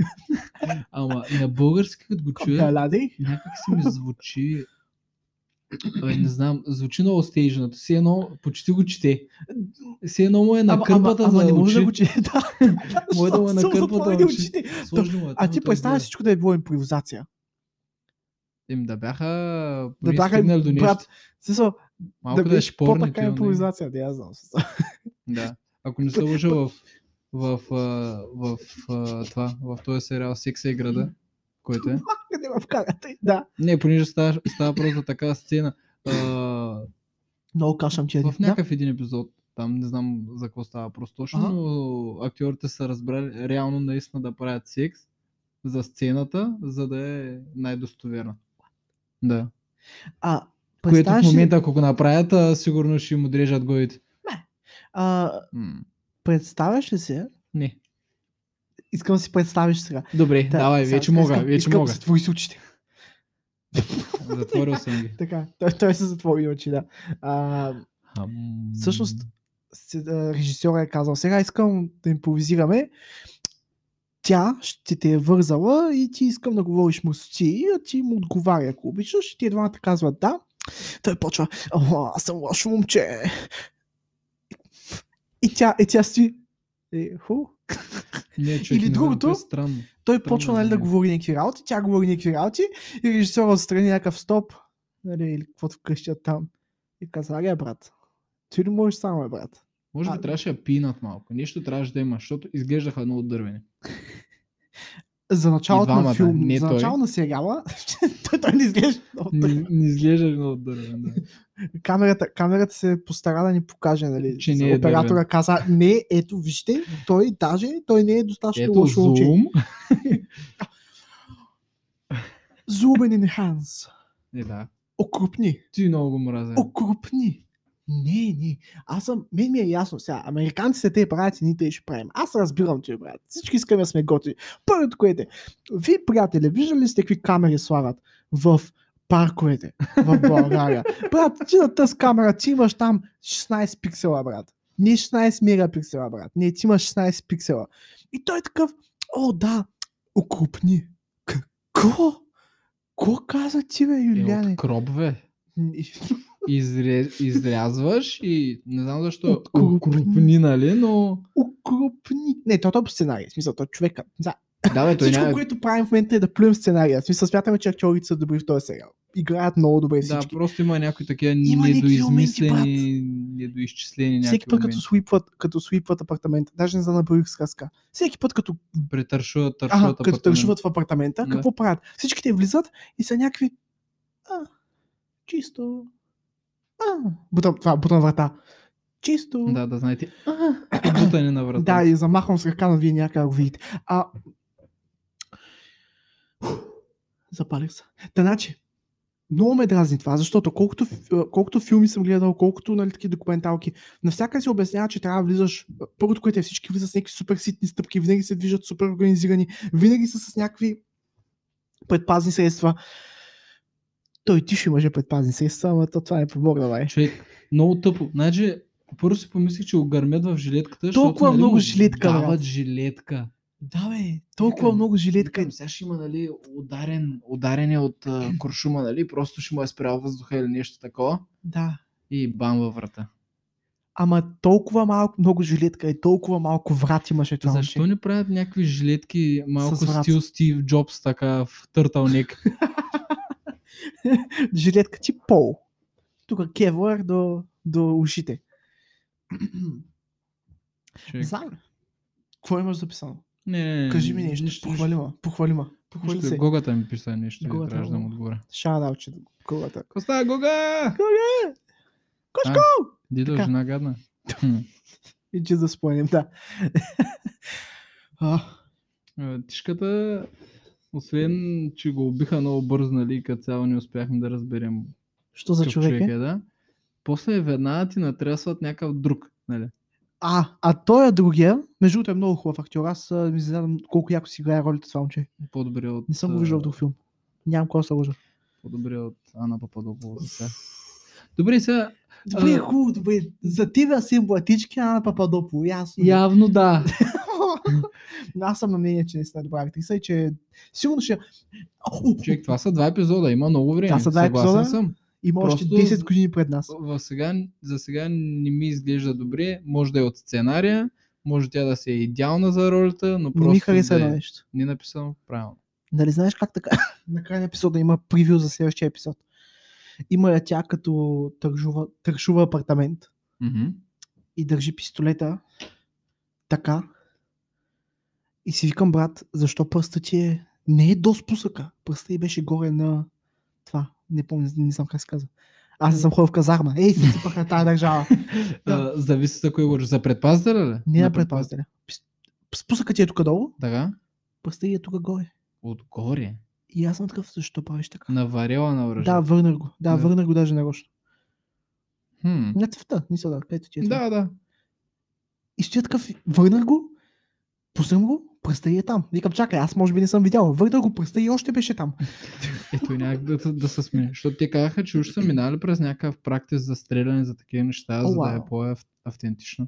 [SPEAKER 1] Ама на български, като го чуя,
[SPEAKER 2] Каляди?
[SPEAKER 1] някак си ми звучи... Ай, не знам, звучи много стейжното. Си едно, почти го чете. Си едно му е на
[SPEAKER 2] Ама-
[SPEAKER 1] кърпата
[SPEAKER 2] ама,
[SPEAKER 1] за
[SPEAKER 2] ама, не
[SPEAKER 1] очи.
[SPEAKER 2] може да го чете. Да,
[SPEAKER 1] Му е да му е на
[SPEAKER 2] Само
[SPEAKER 1] кърпата
[SPEAKER 2] затвори
[SPEAKER 1] за
[SPEAKER 2] да
[SPEAKER 1] очи.
[SPEAKER 2] очите.
[SPEAKER 1] Сложно му е.
[SPEAKER 2] А
[SPEAKER 1] трудно
[SPEAKER 2] ти
[SPEAKER 1] да
[SPEAKER 2] представя
[SPEAKER 1] разбира.
[SPEAKER 2] всичко да е било импровизация.
[SPEAKER 1] Им да бяха...
[SPEAKER 2] Да
[SPEAKER 1] Да
[SPEAKER 2] бяха,
[SPEAKER 1] бяха... До нещо.
[SPEAKER 2] брат, Смисъл,
[SPEAKER 1] Малко
[SPEAKER 2] да
[SPEAKER 1] да, да е
[SPEAKER 2] беше
[SPEAKER 1] шпорни.
[SPEAKER 2] по-така импровизация, да я знам.
[SPEAKER 1] Да. Ако не се лъжа в, в, а, в, а, това, в този сериал Секса и града, който е.
[SPEAKER 2] Къде в карата? Да.
[SPEAKER 1] Не, понеже става, става просто такава сцена. А,
[SPEAKER 2] Много кашам ти.
[SPEAKER 1] В някакъв един епизод, там не знам за какво става просто точно,
[SPEAKER 2] Ага.
[SPEAKER 1] но актьорите са разбрали реално наистина да правят секс за сцената, за да е най-достоверна. Да.
[SPEAKER 2] А,
[SPEAKER 1] Което в
[SPEAKER 2] представяш ли-
[SPEAKER 1] момента, ако го направят, а, сигурно ще им отрежат главите.
[SPEAKER 2] А,
[SPEAKER 1] М,
[SPEAKER 2] представяш ли се?
[SPEAKER 1] Не.
[SPEAKER 2] Искам да си представиш сега.
[SPEAKER 1] Добре,
[SPEAKER 2] Да,
[SPEAKER 1] давай,
[SPEAKER 2] сега
[SPEAKER 1] вече
[SPEAKER 2] искам-
[SPEAKER 1] мога,
[SPEAKER 2] искам-
[SPEAKER 1] вече
[SPEAKER 2] искам да
[SPEAKER 1] мога.
[SPEAKER 2] се Твои с очите.
[SPEAKER 1] Затворил съм ги.
[SPEAKER 2] Така, той, той се затвори очи, да. А,
[SPEAKER 1] Ам,
[SPEAKER 2] Всъщност, се- а, режисьора е казал, сега искам да импровизираме. Тя ще те е вързала и ти искам да говориш му с ти, а ти му отговаря, ако обичаш. И ти едвамата казват да. Той почва, О, аз съм лошо момче. И тя, и тя стои. Е, ху.
[SPEAKER 1] не, човек,
[SPEAKER 2] или
[SPEAKER 1] не знам,
[SPEAKER 2] другото-
[SPEAKER 1] то е странно.
[SPEAKER 2] Той
[SPEAKER 1] Странно
[SPEAKER 2] почва нали, да
[SPEAKER 1] явление.
[SPEAKER 2] говори някакви работи, тя говори някакви работи и режисьора отстрани някакъв стоп, нали, или каквото вкъщат там. И казва, аре, брат, ти ли можеш само, бе, брат?
[SPEAKER 1] Може би
[SPEAKER 2] А,
[SPEAKER 1] трябваше да пинат малко. Нещо трябваше да има, защото изглеждаха много дървени.
[SPEAKER 2] За началото на
[SPEAKER 1] двамата,
[SPEAKER 2] филм,
[SPEAKER 1] не
[SPEAKER 2] за
[SPEAKER 1] той.
[SPEAKER 2] начало на сериала, той, той не изглежда много
[SPEAKER 1] Не,
[SPEAKER 2] тъй.
[SPEAKER 1] не изглежда много дървен. Да.
[SPEAKER 2] камерата, камерата се постара да ни покаже, нали?
[SPEAKER 1] Че не е
[SPEAKER 2] оператора
[SPEAKER 1] дървен.
[SPEAKER 2] каза, не, ето, вижте, той даже, той не е достатъчно
[SPEAKER 1] Ето
[SPEAKER 2] лошо момче.
[SPEAKER 1] Zoom.
[SPEAKER 2] Зубен Ханс.
[SPEAKER 1] Е, да.
[SPEAKER 2] Окрупни.
[SPEAKER 1] Ти много го мразя.
[SPEAKER 2] Окрупни. Не, не. Аз съм, мен ми е ясно сега. Американците те правят и ние те ще правим. Аз разбирам, че брат. Всички искаме да сме готини. Първото, което е. Вие, приятели, виждали ли сте какви камери слагат в парковете в България? брат, ти на тъс камера, ти имаш там 16 пиксела, брат. Не 16 мегапиксела, брат. Не, ти имаш 16 пиксела. И той е такъв, о, да, окрупни. Какво? Какво каза ти, бе,
[SPEAKER 1] Е,
[SPEAKER 2] Юлиане?
[SPEAKER 1] от кробве. Изре... Изрязваш и не знам защо
[SPEAKER 2] Окрупни.
[SPEAKER 1] окрупни, нали, но...
[SPEAKER 2] окрупни. Не, той е топ сценарий. В смисъл, той е човека. За,
[SPEAKER 1] Да, бе, той
[SPEAKER 2] всичко,
[SPEAKER 1] няма...
[SPEAKER 2] което правим в момента е да плюем сценария. В смисъл, смятаме, че актьорите са добри в този сериал. Играят много добре
[SPEAKER 1] Да,
[SPEAKER 2] всички.
[SPEAKER 1] просто има някои такива
[SPEAKER 2] Има някакви моменти,
[SPEAKER 1] недоизмислени, недоизчислени някакви
[SPEAKER 2] Всеки път, като
[SPEAKER 1] моменти.
[SPEAKER 2] свипват, като свипват апартамента, даже не за наброих сказка. Всеки път, като,
[SPEAKER 1] Претършуват,
[SPEAKER 2] аха,
[SPEAKER 1] тършуват
[SPEAKER 2] като
[SPEAKER 1] апартамент.
[SPEAKER 2] тършуват в апартамента,
[SPEAKER 1] Да.
[SPEAKER 2] какво правят? Всичките влизат и са някакви. А, чисто. А, бутам, това, бутам врата. Чисто.
[SPEAKER 1] Да, да знаете. Бутане на врата.
[SPEAKER 2] Да, и замахвам с ръка, но вие някак видите. А, Запалих се. Та, значи, много ме дразни това, защото колкото, фи- колкото филми съм гледал, колкото нали, такива документалки, навсякъде се обяснява, че трябва да влизаш. Първото, което е всички влизат с някакви супер ситни стъпки, винаги се движат супер организирани, винаги са с някакви предпазни средства. Той ти ще имаше предпазни средства, ама то това не помогна, май.
[SPEAKER 1] Човек, много тъпо. Значи, първо си помислих, че го гърмят в жилетката. защото,
[SPEAKER 2] Толкова
[SPEAKER 1] нали,
[SPEAKER 2] много
[SPEAKER 1] му
[SPEAKER 2] жилетка, брат.
[SPEAKER 1] Дават жилетка.
[SPEAKER 2] Да, бе, толкова
[SPEAKER 1] Викам,
[SPEAKER 2] много жилетка.
[SPEAKER 1] Викам, сега ще има, нали, ударен, ударен е от а, куршума, нали, просто ще му е спрял въздуха или нещо такова.
[SPEAKER 2] Да.
[SPEAKER 1] И бам във врата.
[SPEAKER 2] Ама толкова малко, много жилетка и толкова малко врат имаше това. момче.
[SPEAKER 1] Защо не правят някакви жилетки, малко
[SPEAKER 2] С врат.
[SPEAKER 1] стил Стив Джобс, така в търталник?
[SPEAKER 2] жилетка ти пол. Тук кевлар до, до ушите.
[SPEAKER 1] Човек.
[SPEAKER 2] Знам. Какво имаш записано?
[SPEAKER 1] Не, не, не,
[SPEAKER 2] Кажи ми нещо.
[SPEAKER 1] Е, нищо,
[SPEAKER 2] Похвали ма. Похвали ма. Похвали
[SPEAKER 1] нищо.
[SPEAKER 2] се.
[SPEAKER 1] Гогата ми писа нещо,
[SPEAKER 2] Гогата,
[SPEAKER 1] и трябваше да му
[SPEAKER 2] ама.
[SPEAKER 1] отговоря.
[SPEAKER 2] Шаут че колата.
[SPEAKER 1] Какво става, Гога?
[SPEAKER 2] Кошко!
[SPEAKER 1] Дидо,
[SPEAKER 2] Така.
[SPEAKER 1] жена гадна. Хм.
[SPEAKER 2] И че да спомням, да. А,
[SPEAKER 1] Е, Тишката, освен, че го убиха много бързо, нали, като цяло не успяхме да разберем
[SPEAKER 2] що за
[SPEAKER 1] какъв
[SPEAKER 2] човек е?
[SPEAKER 1] е, да. После веднага ти натрясват някакъв друг, нали?
[SPEAKER 2] А, а той е другия. Между другото е много хубав актьор. Аз а, ми знам колко яко си играе ролята това момче.
[SPEAKER 1] По-добре от...
[SPEAKER 2] Не съм го
[SPEAKER 1] а,
[SPEAKER 2] виждал в друг филм. Нямам кой да се лъжа.
[SPEAKER 1] По-добре от Ана Пападопова за сега. Добре, сега
[SPEAKER 2] Добре,
[SPEAKER 1] А.
[SPEAKER 2] хубаво, добре. За тебе симплатички, а на Пападопо, ясно.
[SPEAKER 1] явно да.
[SPEAKER 2] Но аз съм на мнение, че не сте добра актриса и че сигурно ще... О,
[SPEAKER 1] Човек, това са два епизода, има много време.
[SPEAKER 2] Това са два
[SPEAKER 1] Съгласен
[SPEAKER 2] епизода.
[SPEAKER 1] съм.
[SPEAKER 2] Има още
[SPEAKER 1] просто-
[SPEAKER 2] 10 години пред нас.
[SPEAKER 1] В сега, за сега не ми изглежда добре. Може да е от сценария, може тя да се е идеална за ролята, но
[SPEAKER 2] Не
[SPEAKER 1] просто
[SPEAKER 2] ми хареса
[SPEAKER 1] да
[SPEAKER 2] едно
[SPEAKER 1] е
[SPEAKER 2] нещо.
[SPEAKER 1] не написано правилно.
[SPEAKER 2] Нали знаеш как така? на края на епизода има превю за следващия епизод. Има я тя като тържува, тържува апартамент
[SPEAKER 1] Мгм.
[SPEAKER 2] и държи пистолета така. И си викам, брат, защо пръста ти е... Не е до спусъка. Пръста и беше горе на това. Не помня, не знам как се казва. Аз не съм ходил в казарма. Ей, си сипах на тази държава. Да.
[SPEAKER 1] А, зависи за кой говориш. За предпазителя ли?
[SPEAKER 2] Не
[SPEAKER 1] На
[SPEAKER 2] на предпазителя. Пис- Спусъкът ти е тук долу,
[SPEAKER 1] Така?
[SPEAKER 2] пръста ти е тук горе.
[SPEAKER 1] Отгоре.
[SPEAKER 2] И аз съм такъв, защо правиш така?
[SPEAKER 1] На варела на оръжие.
[SPEAKER 2] Да, върнах го. Да,
[SPEAKER 1] Да.
[SPEAKER 2] върнах го даже нарочно.
[SPEAKER 1] Хм.
[SPEAKER 2] На цъфта, мисля, да, където ти е това.
[SPEAKER 1] Да, да.
[SPEAKER 2] И стоя такъв, върнах го, пуснам го, пръста и е там. Викам, чакай, аз може би не съм видял. Върнах го, пръста и още беше там.
[SPEAKER 1] Ето и някак да, да се смени. Защото те казаха, че уж са минали през някакъв практис за стреляне за такива неща,
[SPEAKER 2] О,
[SPEAKER 1] за да
[SPEAKER 2] вау.
[SPEAKER 1] е по-автентично.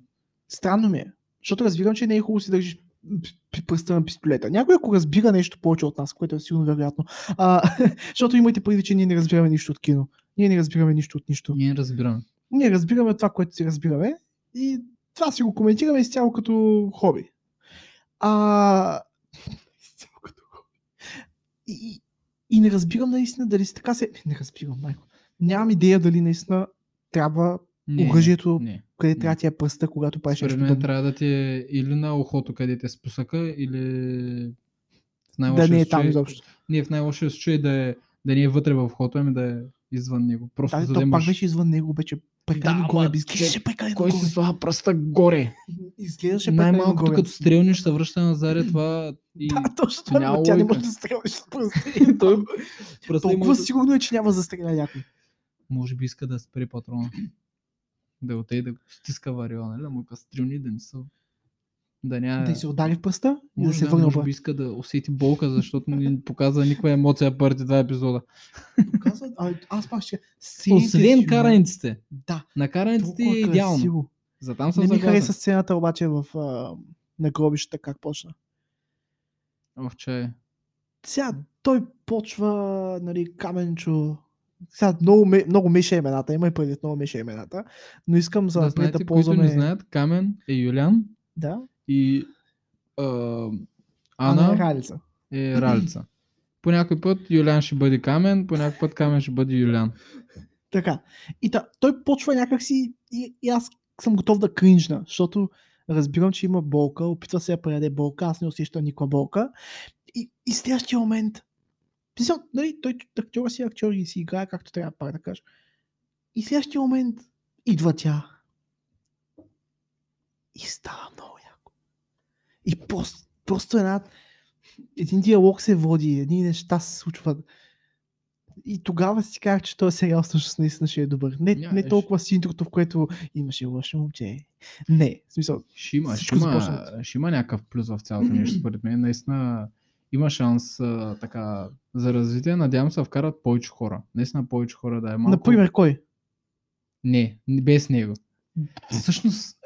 [SPEAKER 2] Странно ми е. Защото разбирам, че не е хубаво да си държиш пи- пи- пръста на пистолета. Някой, ако разбира нещо повече от нас, което е силно вероятно. А, защото имайте предвид, че ние не разбираме нищо от кино. Ние не разбираме нищо от нищо.
[SPEAKER 1] Ние разбираме.
[SPEAKER 2] Ние разбираме това, което си разбираме и това си го коментираме изцяло като хоби. А... Изцяло като хоби. И, и не разбирам наистина дали си така се... Не разбирам, майко. Нямам идея дали наистина трябва
[SPEAKER 1] Не,
[SPEAKER 2] оръжието,
[SPEAKER 1] Не.
[SPEAKER 2] къде
[SPEAKER 1] не.
[SPEAKER 2] трябва да ти е пръста, когато правиш
[SPEAKER 1] Според
[SPEAKER 2] нещо
[SPEAKER 1] мен
[SPEAKER 2] подобно.
[SPEAKER 1] трябва да ти е или на ухото, къде те спусъка, или в
[SPEAKER 2] Да
[SPEAKER 1] най-лошия
[SPEAKER 2] не е
[SPEAKER 1] случай-
[SPEAKER 2] там изобщо.
[SPEAKER 1] Не, в най-лошия случай да, е, да не е вътре в ухото, ами да е извън него. Просто
[SPEAKER 2] Тази
[SPEAKER 1] за
[SPEAKER 2] Ами
[SPEAKER 1] да
[SPEAKER 2] то пак
[SPEAKER 1] имаш...
[SPEAKER 2] беше извън него, беше прекалено
[SPEAKER 1] Да,
[SPEAKER 2] горе.
[SPEAKER 1] ама
[SPEAKER 2] бе, Изглеждаше прекалено
[SPEAKER 1] Кой
[SPEAKER 2] горе.
[SPEAKER 1] си слага пръста горе?
[SPEAKER 2] Изглеждаше прекалено
[SPEAKER 1] Най-малкото
[SPEAKER 2] горе.
[SPEAKER 1] като стрелниш се връща назад, е това и
[SPEAKER 2] Да, точно. това,
[SPEAKER 1] няма
[SPEAKER 2] ама Тя не
[SPEAKER 1] логика.
[SPEAKER 2] може да стрелиш с пръста.
[SPEAKER 1] той пръста има...
[SPEAKER 2] Толкова сигурно е, че няма да застреля някой.
[SPEAKER 1] Може би иска да спре патрона. Да отиде да го стиска вариона, нали? Да му кастрилни, да не са... Да няма...
[SPEAKER 2] Да й се удари в пръста и да
[SPEAKER 1] може
[SPEAKER 2] се
[SPEAKER 1] да,
[SPEAKER 2] върне
[SPEAKER 1] може би
[SPEAKER 2] обратно.
[SPEAKER 1] иска да усети болка, защото не показва никаква емоция първите два епизода.
[SPEAKER 2] Показват, а, аз пак ще... сините
[SPEAKER 1] Освен
[SPEAKER 2] филми-
[SPEAKER 1] караниците.
[SPEAKER 2] Да,
[SPEAKER 1] На караниците е
[SPEAKER 2] толкова
[SPEAKER 1] идеално.
[SPEAKER 2] красиво.
[SPEAKER 1] За там съм
[SPEAKER 2] Не ми хареса
[SPEAKER 1] съгласен.
[SPEAKER 2] сцената обаче в а, на гробищата как почна.
[SPEAKER 1] Ох, чай.
[SPEAKER 2] Сега той почва, нали, каменчо. Сега много, ме- много миша имената, има и предвид много миша имената, но искам за
[SPEAKER 1] Да
[SPEAKER 2] напред да,
[SPEAKER 1] знаете, които
[SPEAKER 2] ползваме...
[SPEAKER 1] не знаят, Камен е Юлян
[SPEAKER 2] Да,
[SPEAKER 1] и а,
[SPEAKER 2] Ана е
[SPEAKER 1] Ана
[SPEAKER 2] Ралица.
[SPEAKER 1] е Ралица. По някой път Юлян ще бъде Камен, по някой път Камен ще бъде Юлян.
[SPEAKER 2] Така. И та, той почва някакси и, и аз съм готов да кринжна, защото разбирам, че има болка, опитва се да предаде болка, аз не усещам никаква болка. И, и следващия момент, Писал, нали, той актьора си е актьор и си играе както трябва, пак да кажа. И следващия момент идва тя. И става много яко. И просто, просто една... един диалог се води, едни неща се случват. И тогава си казах, че този сериал всъщност наистина ще е добър. Не,
[SPEAKER 1] Ня,
[SPEAKER 2] не
[SPEAKER 1] е, ще-
[SPEAKER 2] толкова с интрото, в което имаше лошо момче. Не, в смисъл,
[SPEAKER 1] Ще има, ще
[SPEAKER 2] Всичко
[SPEAKER 1] има,
[SPEAKER 2] започна.
[SPEAKER 1] ще има някакъв плюс в цялото нещо, според мен. Наистина има шанс а, така, за развитие. Надявам се да вкарат повече хора. Наистина повече хора да е малко.
[SPEAKER 2] например, кой?
[SPEAKER 1] Не, без него. Всъщност,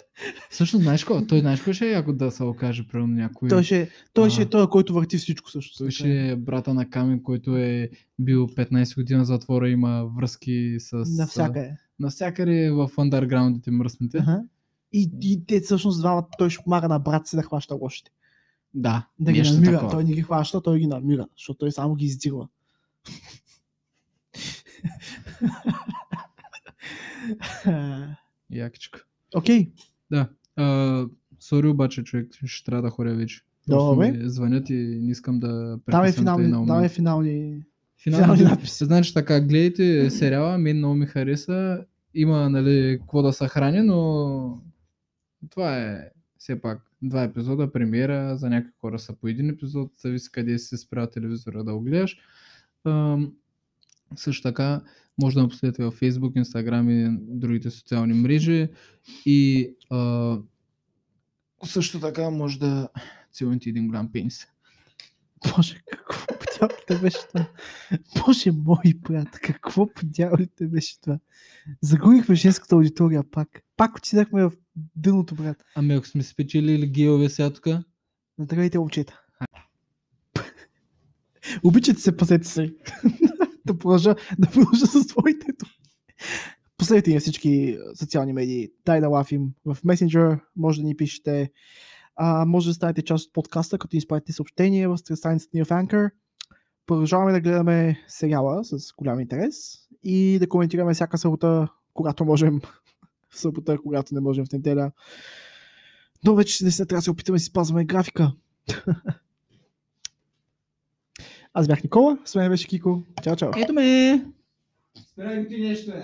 [SPEAKER 1] всъщност знаеш какво? Той знаеш какво ще е, ако да се окаже примерно някой.
[SPEAKER 2] Той ще, той ще е
[SPEAKER 1] А.
[SPEAKER 2] той, който върти всичко също.
[SPEAKER 1] Той ще е брата на Камен, който е бил 15 година в затвора, има връзки с...
[SPEAKER 2] Навсякъде.
[SPEAKER 1] Навсякъде в андерграундите мръсните.
[SPEAKER 2] е. Аха. И, и те всъщност двамата, той ще помага на брат си да хваща лошите.
[SPEAKER 1] Да,
[SPEAKER 2] Да ги
[SPEAKER 1] нещо
[SPEAKER 2] намира.
[SPEAKER 1] такова.
[SPEAKER 2] Той не ги хваща, той ги намира, защото той само ги издирва. А,
[SPEAKER 1] Якичко.
[SPEAKER 2] Окей,
[SPEAKER 1] Да. А, сори обаче, човек, ще трябва да хоря вече. Просто
[SPEAKER 2] Добре.
[SPEAKER 1] ми Звънят и не искам да
[SPEAKER 2] давай
[SPEAKER 1] прекъсвам тъй на
[SPEAKER 2] финални,
[SPEAKER 1] момент.
[SPEAKER 2] давай финални.
[SPEAKER 1] Финални
[SPEAKER 2] Финални
[SPEAKER 1] надписи. Значи така, гледайте сериала, мен много ми хареса. Има, нали, какво да се храни, но това е все пак два епизода, премиера, за някои хора са по един епизод, зависи къде си спря телевизора да го гледаш. Ам, също така, може да ме последвате във Facebook, Instagram и другите социални мрежи. И а, също така може да целуните един голям пенис.
[SPEAKER 2] Боже, какво подявалите беше това? Боже мой брат, какво подявалите беше това? Загубихме женската аудитория пак. Пак отидахме в дъното, брат.
[SPEAKER 1] Ами ако сме спечелили геове сега тук,
[SPEAKER 2] Здравейте, момчета. Обичате се, пазете се. да, продължа, да продължа с твоите думи. Последете ни на всички социални медии. Дай да лафим в Messenger, може да ни пишете. А, може да станете част от подкаста, като ни изпратите съобщение в страницата ни в Anchor. Продължаваме да гледаме сериала с голям интерес и да коментираме всяка събота, когато можем. в събота, когато не можем в неделя. Но вече не се трябва да се опитаме да си спазваме графика. Аз бях Никола, с мен беше Кико. Чао, чао.
[SPEAKER 1] ето ме!
[SPEAKER 3] Спирай ми ти нещо, бе.